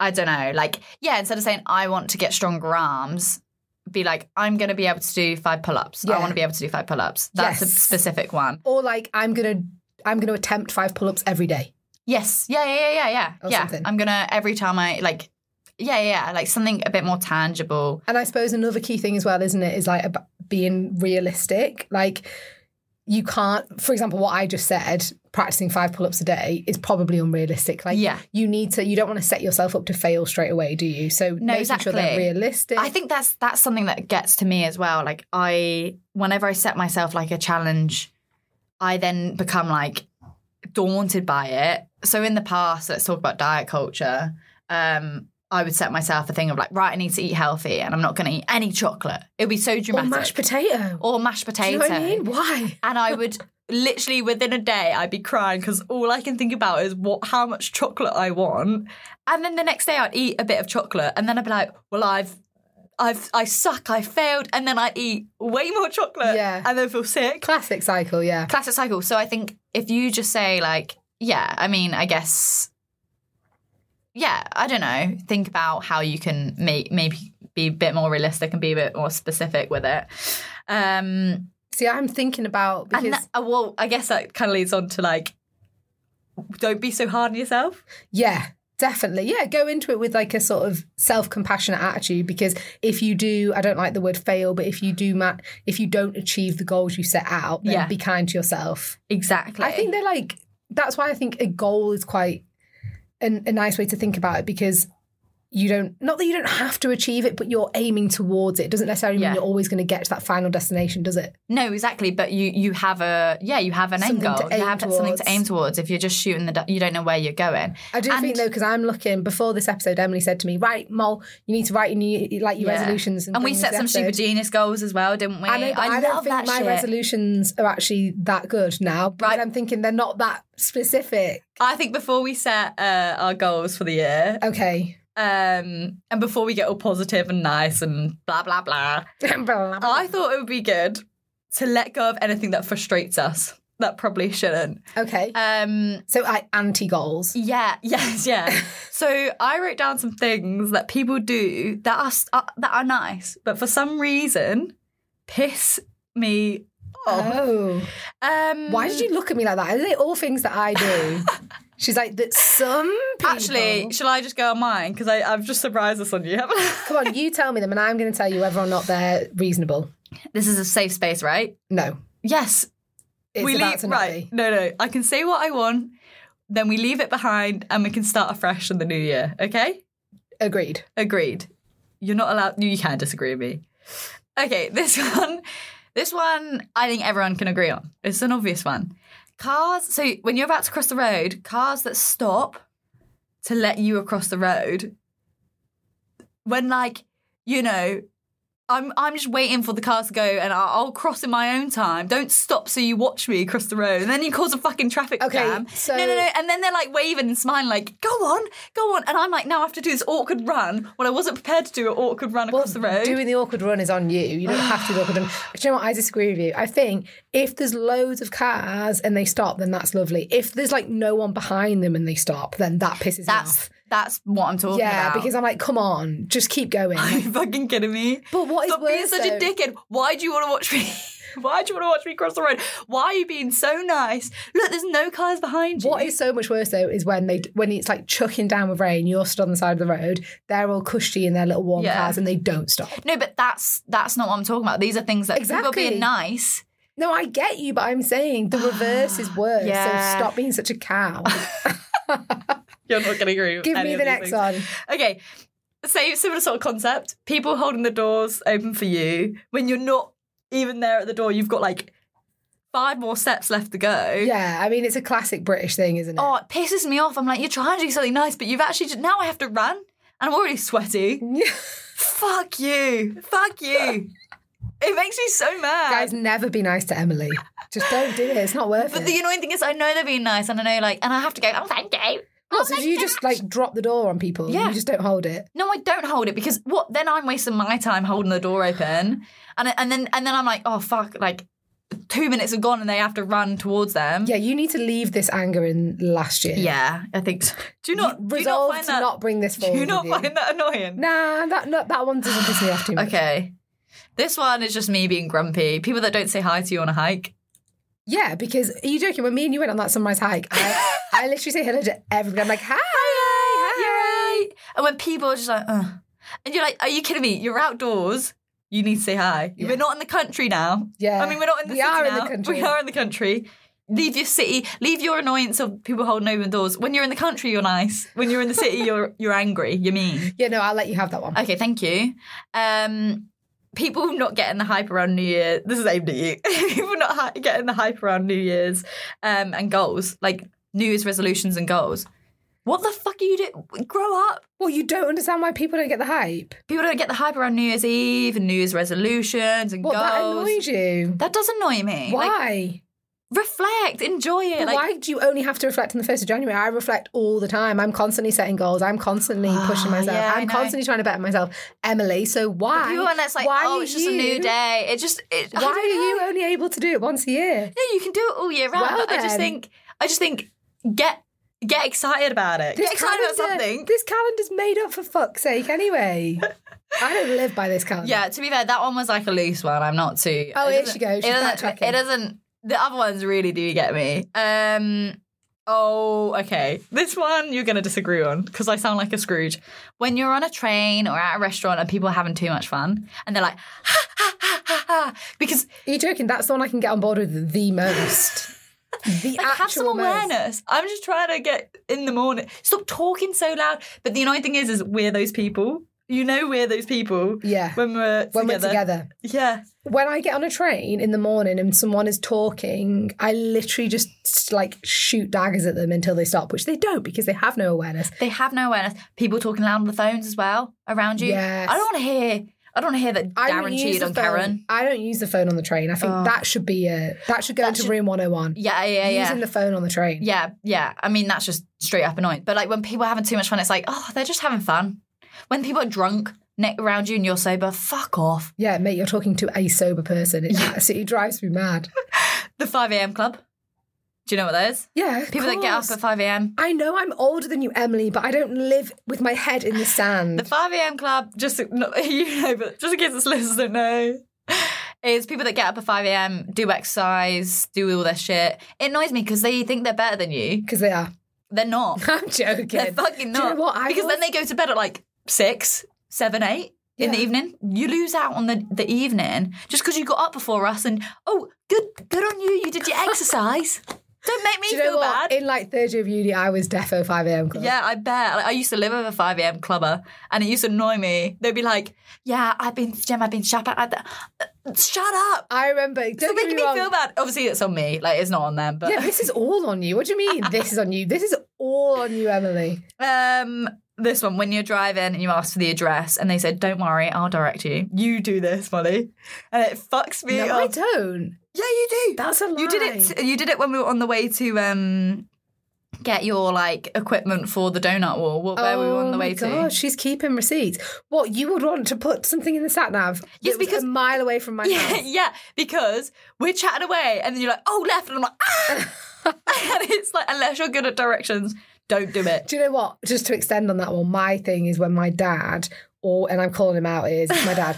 S1: I don't know, like, yeah, instead of saying, I want to get stronger arms, be like, I'm going to be able to do five pull ups. I
S2: Yeah.
S1: want to be able to do five pull ups. That's a
S2: Yes.
S1: specific one.
S2: or like, I'm gonna, I'm gonna attempt five pull-ups every day.
S1: Yes. Yeah. Yeah. Yeah. Yeah. Yeah.
S2: Or
S1: yeah.
S2: something.
S1: I'm gonna every time I like. Yeah. Yeah. yeah, Like something a bit more tangible.
S2: And I suppose another key thing as well, isn't it, is like about being realistic. Like you can't, for example, what I just said, practicing five pull-ups a day is probably unrealistic. Like
S1: Yeah.
S2: you need to, you don't want to set yourself up to fail straight away, do you? So making sure they're
S1: exactly.
S2: realistic.
S1: I think that's that's something that gets to me as well. Like I, whenever I set myself like a challenge, I then become like daunted by it. So in the past, let's talk about diet culture. Um, I would set myself a thing of like, right, I need to eat healthy, and I'm not going to eat any chocolate. It would be so
S2: or
S1: dramatic.
S2: mashed potato.
S1: Or mashed potato.
S2: Do you know what I mean? Why?
S1: and I would literally within a day I'd be crying because all I can think about is what how much chocolate I want, and then the next day I'd eat a bit of chocolate, and then I'd be like, well I've. I've I suck, I failed, and then I eat way more chocolate
S2: Yeah.
S1: and then feel sick.
S2: Classic cycle, yeah.
S1: Classic cycle. So I think if you just say like, yeah, I mean, I guess yeah, I don't know. Think about how you can make maybe be a bit more realistic and be a bit more specific with it. Um
S2: See, I'm thinking about because
S1: and that, uh, well, I guess that kind of leads on to like, don't be so hard on yourself.
S2: Yeah, definitely. Yeah, go into it with like a sort of self-compassionate attitude because if you do, I don't like the word fail, but if you do, Matt, if you don't achieve the goals you set out, then
S1: Yeah.
S2: be kind to yourself.
S1: Exactly.
S2: I think they're like that's why I think a goal is quite an, a nice way to think about it because you don't not that you don't have to achieve it, but you're aiming towards it. It doesn't necessarily
S1: Yeah.
S2: mean you're always going to get to that final destination, does it?
S1: No, exactly. But you you have a yeah, you have an
S2: Something
S1: end
S2: to
S1: goal. You
S2: aim
S1: have something to
S2: towards.
S1: aim towards. If you're just shooting the, du- you don't know where you're going.
S2: I do think
S1: And-
S2: though, because I'm looking before this episode, Emily said to me, "Right, Mol, you need to write your new, like your
S1: Yeah.
S2: resolutions." And,
S1: And we
S2: things
S1: set
S2: this
S1: some super
S2: episode."
S1: genius goals as well, didn't we?
S2: I know, but I,
S1: love
S2: don't think
S1: that
S2: my
S1: shit.
S2: resolutions are actually that good now. But
S1: Right.
S2: I'm thinking they're not that specific.
S1: I think before we set uh, our goals for the year,
S2: Okay.
S1: um, and before we get all positive and nice and blah blah blah, I thought it would be good to let go of anything that frustrates us. That probably shouldn't.
S2: okay.
S1: Um,
S2: so I anti goals.
S1: Yeah, yes, yeah. so I wrote down some things that people do that are, s- are that are nice, but for some reason piss me off.
S2: Oh.
S1: Um
S2: Why did you look at me like that? Are they all things that I do? She's like that. Some people...
S1: Actually, shall I just go on mine? Because I've just surprised this on you, haven't I?
S2: come on, you tell me them, and I'm going to tell you whether or not they're reasonable.
S1: This is a safe space, right?
S2: No,
S1: Yes.
S2: it's
S1: we
S2: about
S1: leave
S2: to not
S1: right.
S2: be.
S1: No, no. I can say what I want, then we leave it behind and we can start afresh in the new year. Okay?
S2: Agreed.
S1: Agreed. You're not allowed. You can disagree with me. Okay, this one, this one, I think everyone can agree on. It's an obvious one. Cars. So when you're about to cross the road, cars that stop to let you across the road. When like, you know, I'm I'm just waiting for the cars to go, and I'll, I'll cross in my own time. Don't stop so you watch me cross the road, and then you cause a fucking traffic
S2: Okay,
S1: jam.
S2: so-
S1: no, no, no. And then they're like waving and smiling, like, "Go on, go on." And I'm like, now I have to do this awkward run when I wasn't prepared to do an awkward run across the road.
S2: Doing the awkward run is on you. You don't have to do the awkward run. But you know what? I disagree with you. I think if there's loads of cars and they stop, then that's lovely. If there's like no one behind them and they stop, then that pisses me
S1: that's
S2: off.
S1: that's what I'm talking
S2: Yeah,
S1: about.
S2: because I'm like, come on, just keep going.
S1: are you fucking kidding me?
S2: But what is
S1: Stop being
S2: worse,
S1: such a
S2: though-
S1: dickhead. Why do you want to watch me? Why do you want to watch me cross the road? Why are you being so nice? Look, there's no cars behind you.
S2: What is so much worse though is when they when it's like chucking down with rain, you're stood on the side of the road, they're all cushy in their little warm
S1: Yeah.
S2: cars and they don't stop.
S1: No, but that's that's not what I'm talking about. These are things that people
S2: Exactly.
S1: being nice.
S2: No, I get you, but I'm saying the reverse is worse.
S1: Yeah.
S2: So stop being such a cow.
S1: You're not going to agree. With
S2: Give me the next one.
S1: Okay. Same similar sort of concept. People holding the doors open for you when you're not even there at the door. You've got like five more steps left to go.
S2: Yeah, I mean it's a classic British thing, isn't it?
S1: Oh, it pisses me off. I'm like, you're trying to do something nice, but you've actually just, now I have to run and I'm already sweaty. Fuck you. Fuck you. it makes me so mad.
S2: Guys, never be nice to Emily. Just don't do it. It's not worth
S1: but
S2: it.
S1: the annoying thing is, I know they're being nice, and I know, like, and I have to go. Oh, thank you.
S2: What, so you just like drop the door on people.
S1: Yeah.
S2: You just don't hold it.
S1: No, I don't hold it because what? Then I'm wasting my time holding the door open, and and then and then I'm like, oh fuck, like two minutes have gone, and they have to run towards them.
S2: Yeah, you need to leave this anger in last year.
S1: yeah, I think. So. Do you not do you not
S2: Resolve
S1: find
S2: to
S1: that?
S2: not bring this
S1: do
S2: forward.
S1: you not
S2: with you.
S1: find that annoying?
S2: Nah, that no, that one doesn't piss me off too much.
S1: Okay, this one is just me being grumpy. People that don't say hi to you on a hike.
S2: Yeah, because are you joking? When me and you went on that sunrise hike, I, I literally say hello to everybody. I'm like, hi.
S1: You're right. And when people are just like, Ugh. and you're like, are you kidding me? You're outdoors. You need to say hi.
S2: Yeah.
S1: We're not in the country now.
S2: Yeah.
S1: I mean, we're not in the
S2: We
S1: city
S2: are in
S1: now.
S2: the country.
S1: We are in the country. Leave your city. Leave your annoyance of people holding open doors. When you're in the country, you're nice. When you're in the city, you're you're angry. You're mean.
S2: Yeah, no, I'll let you have that one.
S1: Okay, thank you. Um, people not getting the hype around New Year. This is aimed at you. people not hi- getting the hype around New Year's um, and goals, like New Year's resolutions and goals. What the fuck are you doing? Grow up.
S2: Well, you don't understand why people don't get the hype.
S1: People don't get the hype around New Year's Eve and New Year's resolutions and
S2: What that
S1: goals.
S2: annoys you?
S1: That does annoy me.
S2: Why?
S1: Like, reflect, enjoy it.
S2: But
S1: Like,
S2: why do you only have to reflect on the 1st of January? I reflect all the time. I'm constantly setting goals. I'm constantly pushing myself.
S1: Ah, yeah, I
S2: I'm
S1: know.
S2: constantly trying to better myself. Emily, so why?
S1: people and that's like,
S2: why
S1: oh,
S2: are
S1: it's just a
S2: you-
S1: new day. It just, it, I
S2: Why
S1: don't
S2: are you
S1: know.
S2: only able to do it once a year?
S1: No, you can do it all year round.
S2: Well,
S1: I just
S2: then.
S1: think, I just think, get get excited about it. get excited about
S2: calendar-
S1: something.
S2: This calendar's made up for fuck's sake anyway. I don't live by this calendar.
S1: yeah. To be fair, that one was like a loose one. I'm not too.
S2: Oh,
S1: it
S2: here
S1: doesn't-
S2: she goes.
S1: It
S2: She's
S1: doesn't.
S2: backtracking.
S1: It doesn't. The other ones really do get me. Um. Oh, okay. This one you're going to disagree on because I sound like a Scrooge. When you're on a train or at a restaurant and people are having too much fun and they're like, ha, ha, ha, ha, ha, because
S2: Are you joking? That's the one I can get on board with the most. The
S1: like, have some
S2: actual most.
S1: awareness. I'm just trying to get in the morning. Stop talking so loud. But the annoying thing is, is we're those people. You know, we're those people
S2: Yeah.
S1: when we're
S2: When
S1: together.
S2: we're together.
S1: Yeah.
S2: When I get on a train in the morning and someone is talking, I literally just like shoot daggers at them until they stop, which they don't because they have no awareness.
S1: They have no awareness. People talking loud on the phones as well around you.
S2: Yes.
S1: I don't want to hear. I don't want to hear that
S2: I don't
S1: Darren
S2: use
S1: cheated
S2: the
S1: on
S2: phone.
S1: Karen.
S2: I don't use the phone on the train. I think
S1: Oh.
S2: that should be a that should go
S1: That
S2: into
S1: should-
S2: room 101.
S1: Yeah, yeah, yeah.
S2: Using the phone on the train.
S1: Yeah, yeah. I mean, that's just straight up annoying. But like when people are having too much fun, it's like, oh, they're just having fun. When people are drunk ne- around you and you're sober, fuck off.
S2: Yeah, mate, you're talking to a sober person. It absolutely drives me mad.
S1: The 5 a.m. club. Do you know what that is?
S2: Yeah. of
S1: People that get up
S2: course.
S1: at 5 a.m.
S2: I know I'm older than you, Emily, but I don't live with my head in the sand.
S1: The 5 a.m. club, just not, you know, but just in case this listeners don't know, is people that get up at 5 a.m., do exercise, do all their shit. It annoys me because they think they're better than you.
S2: Because they are.
S1: They're not.
S2: I'm joking.
S1: They're fucking
S2: Do
S1: not.
S2: you know what? I
S1: because
S2: was-
S1: then they go to bed at like six, seven, eight in the
S2: Yeah.
S1: evening. You lose out on the, the evening just because you got up before us and oh, good good on you, you did your exercise. Don't make me
S2: Do you know
S1: feel
S2: what?
S1: bad.
S2: In like third year of uni, I was defo 5 a.m. club.
S1: yeah, I bet. Like, I used to live with a 5 a.m. clubber and it used to annoy me. They'd be like, Yeah, I've been, Jem, I've been shut up. "Uh, Shut up.
S2: I remember. Don't
S1: Don't
S2: get
S1: make
S2: me
S1: me
S2: wrong.
S1: feel bad. Obviously, it's on me. Like, it's not on them. But
S2: Yeah, this is all on you. What do you mean? This is on you. This is all on you, Emily.
S1: Um, this one when you're driving and you ask for the address and they said, "Don't worry, I'll direct you." You do this, Molly, and it fucks me
S2: No, I
S1: up.
S2: don't.
S1: yeah, you do.
S2: That's a lie.
S1: you did it. You did it when we were on the way to um get your like equipment for the donut wall. What, where we were on the way
S2: Oh my god,
S1: to.
S2: she's keeping receipts. What you would want to put something in the sat nav?
S1: Yes,
S2: that was
S1: because-
S2: a mile away from my
S1: Yeah,
S2: house.
S1: yeah, because we're chatting away and then you're like, "Oh, left," and I'm like, "Ah!" and it's like, unless you're good at directions, don't do it.
S2: Do you know what? Just to extend on that one, my thing is when my dad, or and I'm calling him out, is my dad.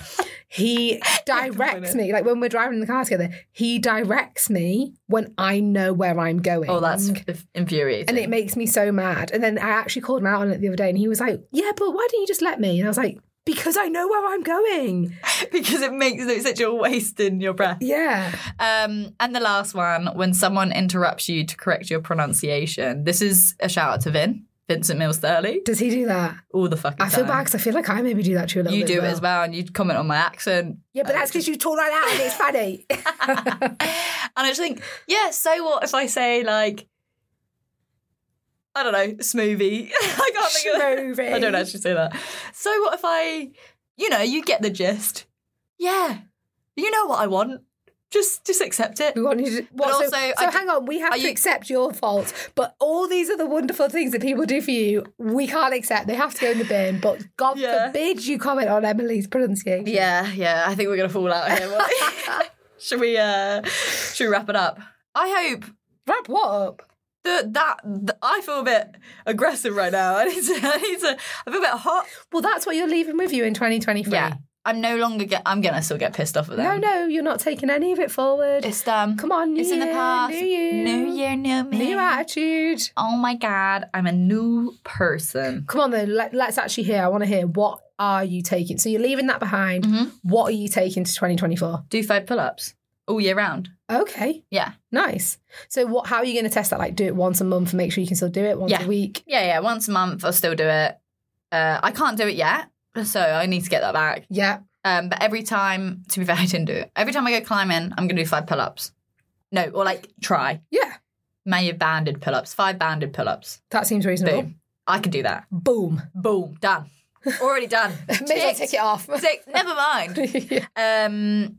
S2: He directs me, like when we're driving in the car together, he directs me when I know where I'm going.
S1: Oh, that's inf- infuriating.
S2: and it makes me so mad. And then I actually called him out on it the other day, and he was like, "Yeah, but why didn't you just let me?" And I was like, "Because I know where I'm going."
S1: because it makes it such you're wasting your breath.
S2: Yeah,
S1: Um, and the last one, when someone interrupts you to correct your pronunciation, this is a shout out to Vin, Vincent Mills Thurley,
S2: does he do that?
S1: all the fucking
S2: I feel
S1: time.
S2: bad because I feel like I maybe do that to you a little
S1: You
S2: bit.
S1: do it as well, and you comment on my accent.
S2: Yeah, but that's because you talk like that and it's funny.
S1: and I just think, yeah, so what if I say like, I don't know, smoothie? I can't think of.
S2: Schmovie.
S1: I don't actually say that. So what if I, you know, you get the gist. Yeah, you know what I want. Just, just accept it.
S2: We want you to. What,
S1: also,
S2: so,
S1: I
S2: so
S1: d-
S2: hang on, we have
S1: are
S2: to
S1: you-
S2: accept your faults, but all these other wonderful things that people do for you, we can't accept. They have to go in the bin. But God
S1: Yeah.
S2: forbid you comment on Emily's pronunciation.
S1: Yeah, yeah. I think we're gonna fall out here. won't we? should we? uh Should we wrap it up? I hope
S2: Wrap what up?
S1: that that th- I feel a bit aggressive right now. I need to. I need to. I feel a bit hot.
S2: Well, that's what you're leaving with you in 2023.
S1: Yeah, I'm no longer. Get, I'm gonna still get pissed off at
S2: No,
S1: them.
S2: no, you're not taking any of it forward.
S1: It's um.
S2: Come on, new
S1: It's in the
S2: year,
S1: past.
S2: New year,
S1: New year, new me.
S2: new attitude.
S1: Oh my god, I'm a new person.
S2: Come on, though. Let, let's actually hear. I want to hear what are you taking? So you're leaving that behind.
S1: Mhm.
S2: What are you taking to 2024?
S1: Do five pull-ups all year round.
S2: Okay.
S1: Yeah.
S2: Nice. So what? How are you going to test that? Like, do it once a month and make sure you can still do it once
S1: Yeah.
S2: a week.
S1: Yeah, yeah. Once a month, I'll still do it. Uh, I can't do it yet, so I need to get that back.
S2: Yeah.
S1: Um, but every time, to be fair, I didn't do it. Every time I go climbing, I'm gonna do five pull-ups. No, or like try.
S2: Yeah.
S1: Many banded pull-ups, five banded pull-ups.
S2: That seems reasonable.
S1: Boom. I can do that.
S2: Boom.
S1: Boom. Done. Already done.
S2: Mm. Maybe I'll take it off.
S1: Tick. Never mind.
S2: yeah.
S1: Um,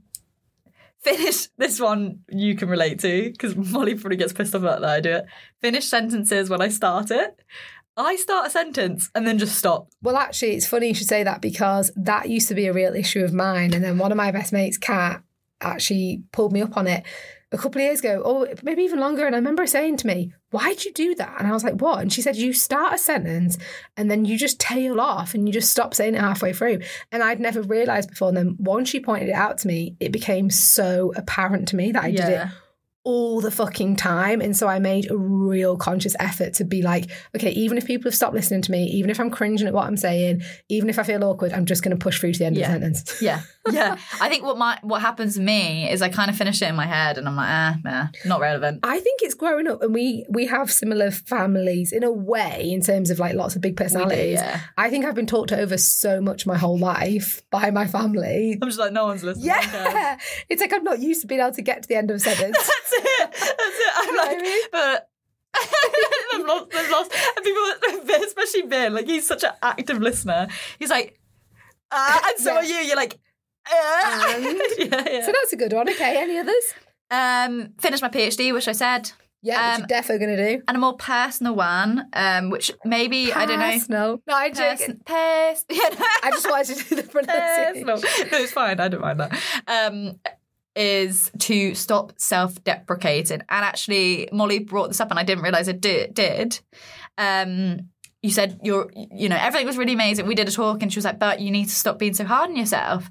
S1: finish this one. You can relate to because Molly probably gets pissed off about that. I do it. Finish sentences when I start it. I start a sentence and then just stop.
S2: Well, actually, it's funny you should say that because that used to be a real issue of mine. And then one of my best mates, Kat, actually pulled me up on it a couple of years ago, or maybe even longer. And I remember her saying to me, Why'd you do that? And I was like, What? And she said, You start a sentence and then you just tail off and you just stop saying it halfway through. And I'd never realized before. And then once she pointed it out to me, it became so apparent to me that I did it all the fucking time. And so I made a real conscious effort to be like, okay, even if people have stopped listening to me, even if I'm cringing at what I'm saying, even if I feel awkward, I'm just going to push through to the end
S1: Yeah.
S2: of the sentence.
S1: Yeah, yeah. I think what my what happens to me is I kind of finish it in my head, and I'm like, ah, nah, not relevant.
S2: I think it's growing up, and we we have similar families in a way in terms of like lots of big
S1: We do,
S2: personalities.
S1: yeah.
S2: I think I've been talked over so much my whole life by my family.
S1: I'm just like, no one's listening.
S2: Yeah, it's like I'm not used to being able to get to the end of a sentence.
S1: That's it. That's it. I'm
S2: You know what
S1: like,
S2: I mean?
S1: but. they've lost, they've lost. And people, especially Vin, like he's such an active listener. He's like, uh, and so
S2: Yeah.
S1: are you. You're like, uh.
S2: And?
S1: yeah, yeah.
S2: So that's a good one. Okay, any others?
S1: um, finished my PhD, which I said,
S2: Yeah,
S1: Um,
S2: which you're definitely gonna do.
S1: and a more personal one, um, which maybe I don't know.
S2: Personal. No, I'm joking.
S1: Person, pers- yeah, no.
S2: I just wanted to do the
S1: Yes,
S2: pronunciation.
S1: no, no, it's fine. I don't mind that. Um, is to stop self-deprecating, and actually, Molly brought this up, and I didn't realize it did. did. Um, you said you're, you know, everything was really amazing. We did a talk, and she was like, "But you need to stop being so hard on yourself."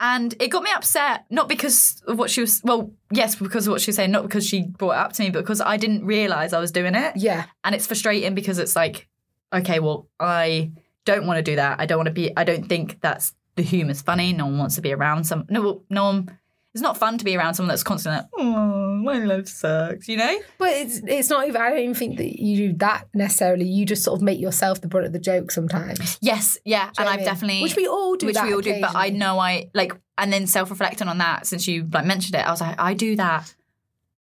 S1: And it got me upset, not because of what she was. Well, yes, because of what she was saying, not because she brought it up to me, but because I didn't realize I was doing it
S2: Yeah,
S1: and it's frustrating because it's like okay well i don't want to do that i don't want to be i don't think that's the humor's funny no one wants to be around some no well, no one it's not fun to be around someone that's constantly like oh my life sucks you know
S2: but it's it's not even. I don't even think that you do that necessarily. You just sort of make yourself the brunt of the joke sometimes.
S1: yes yeah and i've
S2: Jamie.
S1: definitely
S2: which we all do.
S1: which
S2: that
S1: we all do but i
S2: occasionally.
S1: know i like and then self-reflecting on that since you like mentioned it i was like i do that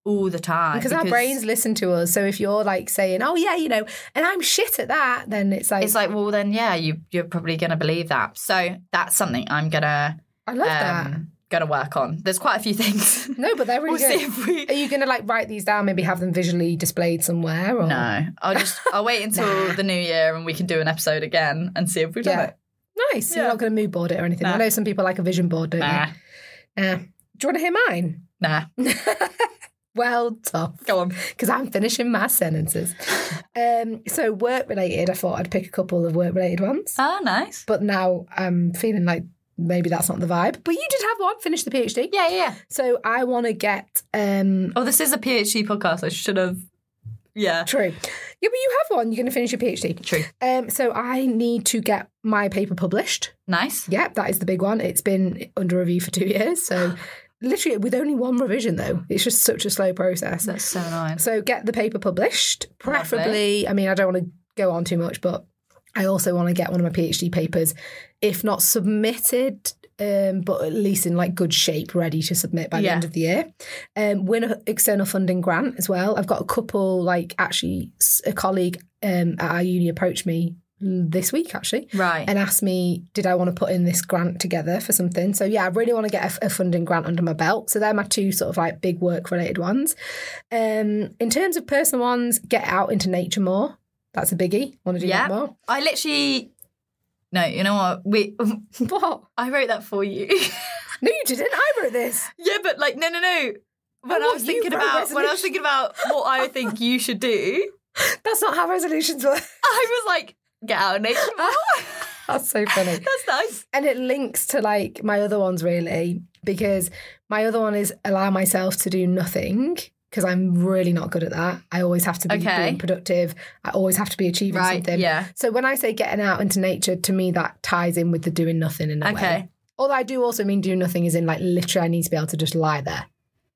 S1: all the time
S2: because, our brains listen to us. So if you're like saying, "Oh yeah, you know," and I'm shit at that, then it's like,
S1: it's like well then yeah you you're probably gonna believe that so that's something i'm gonna
S2: I love that.
S1: um, gonna work on there's quite a few things
S2: No, but they're really
S1: We'll
S2: good.
S1: see if we.
S2: Are you going to like write these down? Maybe have them visually displayed somewhere? Or?
S1: No, I'll just I'll wait until
S2: Nah.
S1: the new year and we can do an episode again and see if we've done
S2: Yeah.
S1: it.
S2: Nice.
S1: Yeah.
S2: You're not going to mood board it or anything.
S1: Nah.
S2: I know some people like a vision board, don't
S1: Nah,
S2: you? Nah. Do you want to hear mine?
S1: nah.
S2: Well, tough.
S1: Go on.
S2: because I'm finishing my sentences. Um, so work related, I thought I'd pick a couple of work related ones,
S1: Ah, nice.
S2: but now I'm feeling like maybe that's not the vibe. But you did have one. Finish the PhD.
S1: Yeah, yeah, yeah.
S2: So I want to get um,
S1: Oh, this is a PhD podcast. I should have. Yeah,
S2: true. Yeah, but you have one. You're going to finish your PhD.
S1: true.
S2: Um, so I need to get my paper published.
S1: Nice.
S2: Yep, that is the big one. It's been under review for two years. So literally with only one revision though. It's just such a slow process.
S1: That's so nice.
S2: So get the paper published, preferably. I mean, I don't want to go on too much, but I also want to get one of my PhD papers, if not submitted, um, but at least in like good shape, ready to submit by the
S1: Yeah.
S2: end of the year. Um, win an external funding grant as well. I've got a couple, like actually, s- a colleague um, at our uni approached me this week actually
S1: Right.
S2: and asked me, did I want to put in this grant together for something? So yeah, I really want to get a, a funding grant under my belt. So they're my two sort of like big work related ones. Um, in terms of personal ones, get out into nature more. That's a biggie. Want to do
S1: Yeah.
S2: that more?
S1: I literally. No, you know what? We.
S2: What?
S1: I wrote that for you.
S2: No, you didn't. I wrote this.
S1: yeah, but like, no, no, no. When
S2: Oh,
S1: I was
S2: you
S1: thinking
S2: wrote
S1: about when I was
S2: resolution.
S1: thinking about what I think you should do,
S2: That's not how resolutions work.
S1: I was like, get out of nature.
S2: That's so funny.
S1: That's nice.
S2: and it links to like my other ones really because my other one is allow myself to do nothing because I'm really not good at that. I always have to be
S1: Okay.
S2: being productive. I always have to be achieving
S1: Right.
S2: something.
S1: Yeah.
S2: So when I say getting out into nature, to me that ties in with the doing nothing in a way.
S1: Okay.
S2: Although I do also mean do nothing is in like literally I need to be able to just lie there.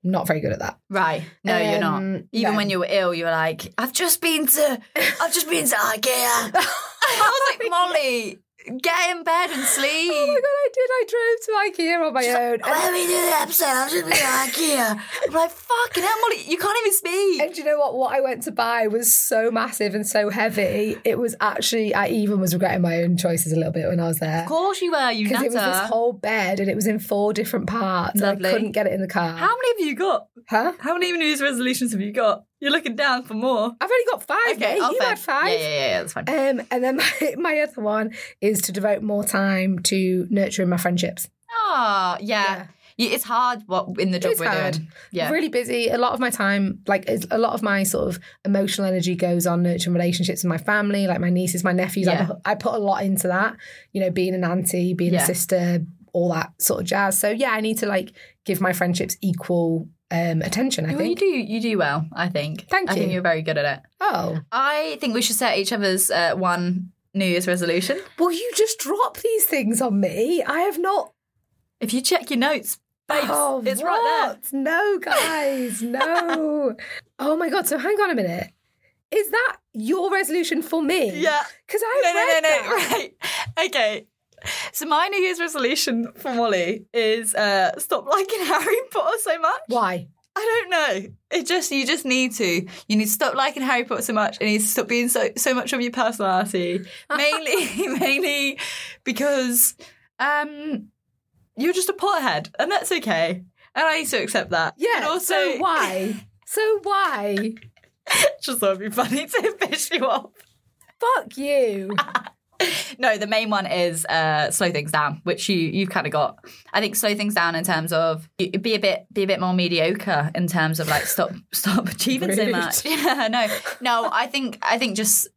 S2: Not very good at that.
S1: Right. No, you're not.
S2: Um,
S1: Even
S2: no.
S1: when you were ill, you were like, I've just been to I've just been to IKEA. I was like, Molly, get in bed and sleep.
S2: Oh my god, I did. I drove to IKEA on my own. and-
S1: Let me do the episode. I've just been to IKEA. I'm like, fucking hell, Molly, you can't even speak.
S2: And do you know what? What I went to buy was so massive and so heavy. It was actually, I even was regretting my own choices a little bit when I was there.
S1: Of course you were, you
S2: Because
S1: nutter.
S2: it was this whole bed and it was in four different parts. And
S1: Lovely.
S2: I couldn't get it in the car.
S1: How many have you got?
S2: Huh?
S1: How many New Year's resolutions have you got? You're looking down for more.
S2: I've only got five. mate.
S1: oh,
S2: you
S1: fair.
S2: had five.
S1: Yeah, yeah, yeah, yeah, that's fine.
S2: Um, and then my, my other one is to devote more time to nurturing my friendships.
S1: Ah, yeah. You- It's hard what in the job
S2: It's
S1: we're
S2: hard.
S1: doing. Yeah.
S2: Really busy. A lot of my time, like is- a lot of my sort of emotional energy goes on nurturing relationships with my family, like my nieces, my nephews.
S1: Yeah.
S2: I, I put a lot into that, you know, being an auntie, being
S1: Yeah.
S2: a sister, all that sort of jazz. So yeah, I need to like give my friendships equal um, attention. I
S1: Well, you
S2: think.
S1: do you do well, I think.
S2: Thank
S1: I think
S2: you.
S1: you're very good at it.
S2: Oh,
S1: I think we should set each other's uh, one New Year's resolution.
S2: well, you just drop these things on me. I have not.
S1: If you check your notes, babes,
S2: oh,
S1: it's right there.
S2: what? No, guys, no. oh my god. So hang on a minute. Is that your resolution for me?
S1: Yeah.
S2: Because I
S1: No, no, no,
S2: read
S1: no.
S2: that.
S1: Right. Okay. So my New Year's resolution for Molly is uh, stop liking Harry Potter so much.
S2: Why?
S1: I don't know. It just you just need to. You need to stop liking Harry Potter so much. It needs to stop being so so much of your personality. Mainly mainly because um you're just a pothead and that's okay. And I need to accept that.
S2: Yeah.
S1: And also
S2: so why? So why?
S1: just thought it'd be funny to piss you off.
S2: Fuck you.
S1: No, the main one is uh, slow things down, which you you've kind of got. I think slow things down in terms of you- you be a bit be a bit more mediocre in terms of like stop stop achieving so
S2: Rude.
S1: much. Yeah, no, no. I think I think just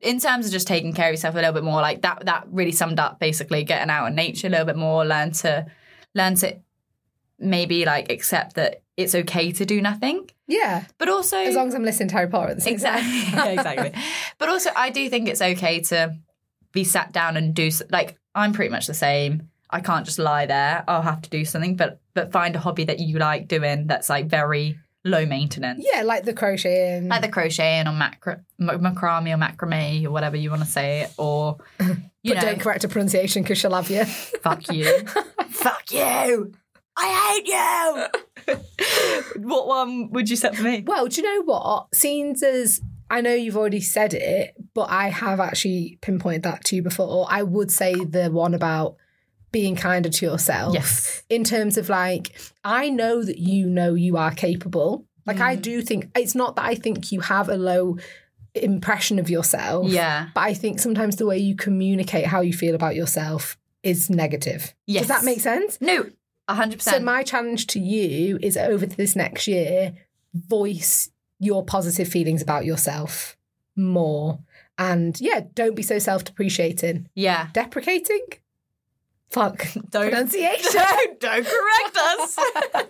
S1: in terms of just taking care of yourself a little bit more, like that that really summed up basically getting out in nature a little bit more, learn to learn to maybe like accept that it's okay to do nothing,
S2: Yeah.
S1: but also
S2: As long as I'm listening to Harry Potter at the same time.
S1: exactly Yeah, exactly but also i do think it's okay to be sat down and do s- like i'm pretty much the same i can't just lie there i'll have to do something but but find a hobby that you like doing that's like very low maintenance
S2: Yeah, like the crocheting.
S1: like the crocheting or macra- ma- macrame or macrame or whatever you want to say it or you
S2: but
S1: know
S2: don't correct a pronunciation because she'll have you.
S1: fuck you fuck you i hate you what one would you set for me
S2: Well, do you know what? Scenes as I know you've already said it, but I have actually pinpointed that to you before. I would say the one about being kinder to yourself.
S1: yes
S2: In terms of like, I know that you know you are capable. Like,
S1: Mm.
S2: I do think it's not that I think you have a low impression of yourself.
S1: yeah
S2: But I think sometimes the way you communicate how you feel about yourself is negative.
S1: Yes.
S2: Does that make sense?
S1: no 100%
S2: So my challenge to you is over this next year, voice your positive feelings about yourself more. And yeah, don't be so self-depreciating.
S1: yeah
S2: Deprecating? Fuck.
S1: don't
S2: Pronunciation.
S1: don't, don't correct us.
S2: Um,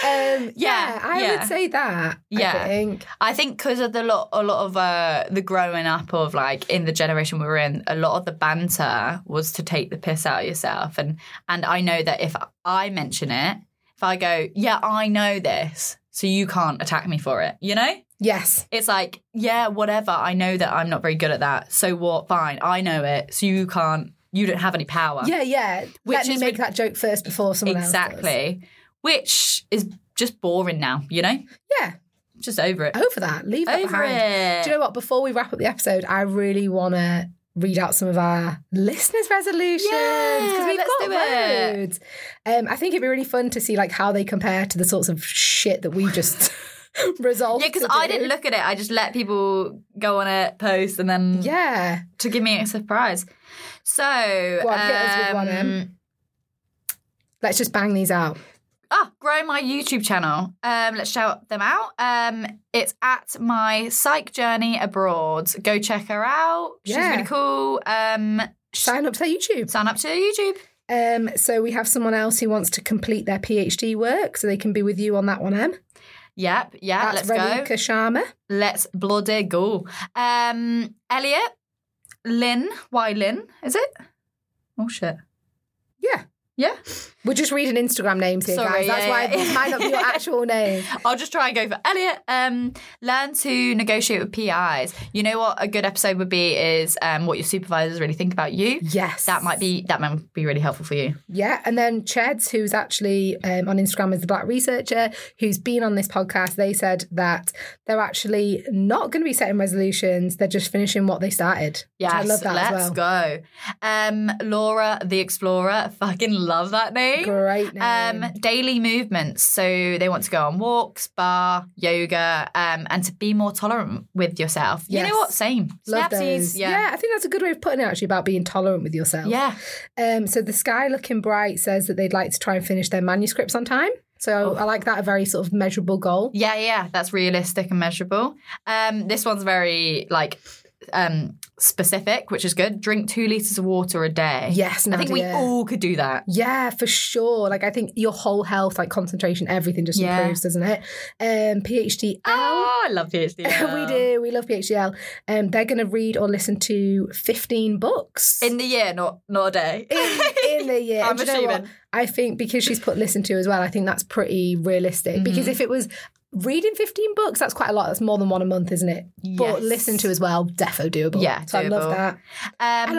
S2: yeah,
S1: Yeah,
S2: I
S1: yeah.
S2: would say that.
S1: Yeah.
S2: I think.
S1: I think because of the lot, a lot of uh, the growing up of like in the generation we were in, a lot of the banter was to take the piss out of yourself, and and I know that if I mention it, if I go, yeah, I know this, so you can't attack me for it, you know.
S2: Yes.
S1: It's like, yeah, whatever. I know that I'm not very good at that. So what? Fine. I know it. So you can't, you don't have any power.
S2: Yeah, yeah.
S1: Which
S2: Let me
S1: is
S2: make
S1: re-
S2: that joke first before someone else. does.
S1: Exactly. Which is just boring now, you know?
S2: Yeah.
S1: Just over it.
S2: Over that. Leave that
S1: over
S2: behind.
S1: it.
S2: Do you know what? Before we wrap up the episode, I really want to read out some of our listeners' resolutions
S1: Yeah,
S2: we've
S1: let's
S2: got
S1: do it.
S2: loads. Um, I think it'd be really fun to see like how they compare to the sorts of shit that we just resolved.
S1: yeah, because
S2: to
S1: I
S2: do.
S1: didn't look at it. I just let people go on it, post, and then
S2: Yeah,
S1: to give me a surprise. So, um,
S2: Go on, hit us with one, Em. let's just bang these out.
S1: ah, grow my YouTube channel. Um, let's shout them out. Um, it's at my psych journey abroad. Go check her out. She's
S2: Yeah.
S1: really cool. Um,
S2: Sign up to their YouTube.
S1: sign up to her YouTube.
S2: Um, so we have someone else who wants to complete their PhD work, so they can be with you on that one, Em.
S1: Yep, yeah,
S2: That's
S1: let's
S2: Renika
S1: go.
S2: Sharma.
S1: Let's bloody go. Um, Elliot, Lynn, why Lynn? Is it? Oh shit.
S2: Yeah.
S1: Yeah.
S2: We're just reading Instagram names here,
S1: Sorry,
S2: guys. That's
S1: yeah,
S2: why
S1: yeah,
S2: these
S1: yeah.
S2: might not be your actual name.
S1: I'll just try and go for Elliot. Um, learn to negotiate with PIs. You know what a good episode would be is um, what your supervisors really think about you.
S2: Yes.
S1: That might be that might be really helpful for you.
S2: Yeah, and then Cheds, who's actually um, on Instagram as the Black Researcher, who's been on this podcast, they said that they're actually not going to be setting resolutions; they're just finishing what they started.
S1: Yes,
S2: I love that
S1: let's
S2: as well.
S1: go. Um, Laura the Explorer, fucking love that name.
S2: Great name.
S1: Um, daily movements. So they want to go on walks, bar, yoga, um, and to be more tolerant with yourself. You
S2: Yes.
S1: know what? Same.
S2: love
S1: Snapsies.
S2: those.
S1: Yeah.
S2: I think that's a good way of putting it actually about being tolerant with yourself.
S1: Yeah.
S2: Um, so the sky looking bright says that they'd like to try and finish their manuscripts on time.
S1: Oh.
S2: So I like that a very sort of measurable goal.
S1: Yeah, yeah, that's realistic and measurable. Um, this one's very like um, specific, which is good. Drink two liters of water a day.
S2: Yes,
S1: I think we
S2: Nadia.
S1: all could do that.
S2: Yeah, for sure. Like I think your whole health, like concentration, everything just
S1: Yeah.
S2: improves, doesn't it? Um, PhDL.
S1: Oh, I love PhD.
S2: we do. We love PhDL. Um, they're going to read or listen to 15 books
S1: in the year, not not a day.
S2: in, in the year.
S1: I'm
S2: And do you know what?
S1: assuming.
S2: I think because she's put listen to as well, I think that's pretty
S1: Mm-hmm.
S2: realistic. Because if it was reading 15 books, that's quite a lot. That's more than one a month, isn't it?
S1: Yes.
S2: But listen to as well, defo doable.
S1: Yeah,
S2: So I love
S1: doable.
S2: that. And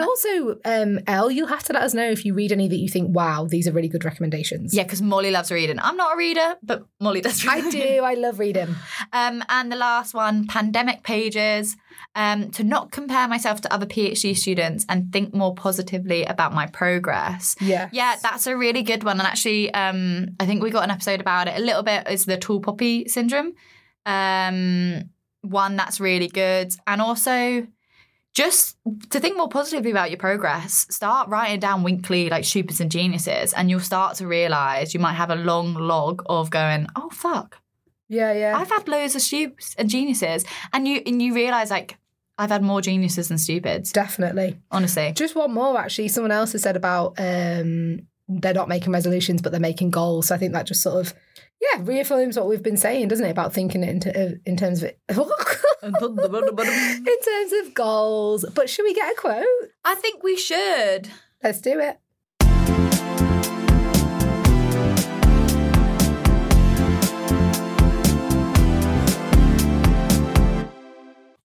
S1: Um,
S2: also, um, Elle, you'll have to let us know if you read any that you think, wow, these are really good recommendations.
S1: yeah, because Molly loves reading. I'm not a reader, but Molly does. Read.
S2: I do. I love reading.
S1: Um, and the last one, pandemic pages, um, to not compare myself to other PhD students and think more positively about my progress.
S2: Yeah.
S1: Yeah, that's a really good one. And actually, um, I think we got an episode about it a little bit is the tall poppy syndrome. Um, one that's really good. And also just to think more positively about your progress, start writing down weekly like supers and geniuses, and you'll start to realize you might have a long log of going, oh fuck,
S2: Yeah, yeah.
S1: I've had loads of stupes and geniuses, and you and you realize like I've had more geniuses than stupids.
S2: Definitely.
S1: Honestly,
S2: Just one more, actually. Someone else has said about um, they're not making resolutions, but they're making goals. So I think that just sort of, yeah, reaffirms what we've been saying, doesn't it? About thinking it in, t- uh, in terms of it. in terms of goals. But should we get a quote?
S1: I think we should.
S2: Let's do it.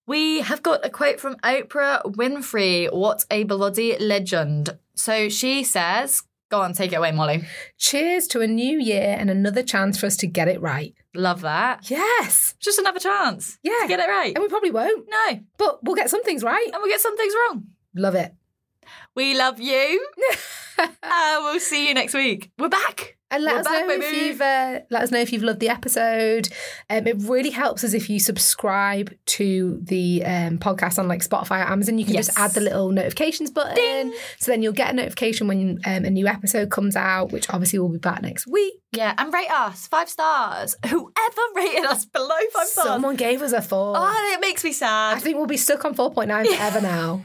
S1: We have got a quote from Oprah Winfrey. What a bloody legend! So she says, "Go on, take it away, Molly."
S2: Cheers to a new year and another chance for us to get it right.
S1: Love that.
S2: Yes.
S1: Just another chance.
S2: Yeah.
S1: to get it right.
S2: And we probably won't,
S1: No, and
S2: but we'll get some things right.
S1: we'll get some things wrong.
S2: Love it.
S1: We love you. uh, we'll see you next week. We're back.
S2: And let
S1: We're
S2: us
S1: back,
S2: know if
S1: baby.
S2: you've uh, let us know if you've loved the episode. Um, it really helps us if you subscribe to the um, podcast on like Spotify or Amazon. You can
S1: Yes.
S2: just add the little notifications button, so then you'll get a notification when um, a new episode comes out, which obviously will be back next week.
S1: Yeah, and rate us five stars. Whoever rated us below five stars.
S2: Someone gave us a four.
S1: Oh, it makes me
S2: I
S1: sad.
S2: think we'll be stuck on four point nine forever now.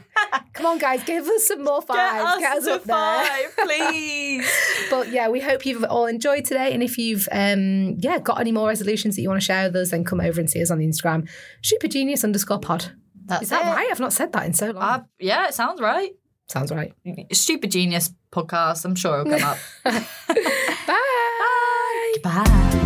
S2: Come on, guys, give us some more fives.
S1: Get us,
S2: up
S1: to five, please.
S2: there. But yeah, we hope you've all enjoyed today. And if you've um, yeah got any more resolutions that you want to share with us, then come over and see us on the Instagram, supergenius underscore pod.
S1: That's
S2: Is that
S1: it.
S2: right? I've not said that in so long.
S1: Uh, yeah, it sounds right.
S2: Sounds right.
S1: Stupid Genius podcast. I'm sure it'll come up.
S2: Bye.
S1: Bye.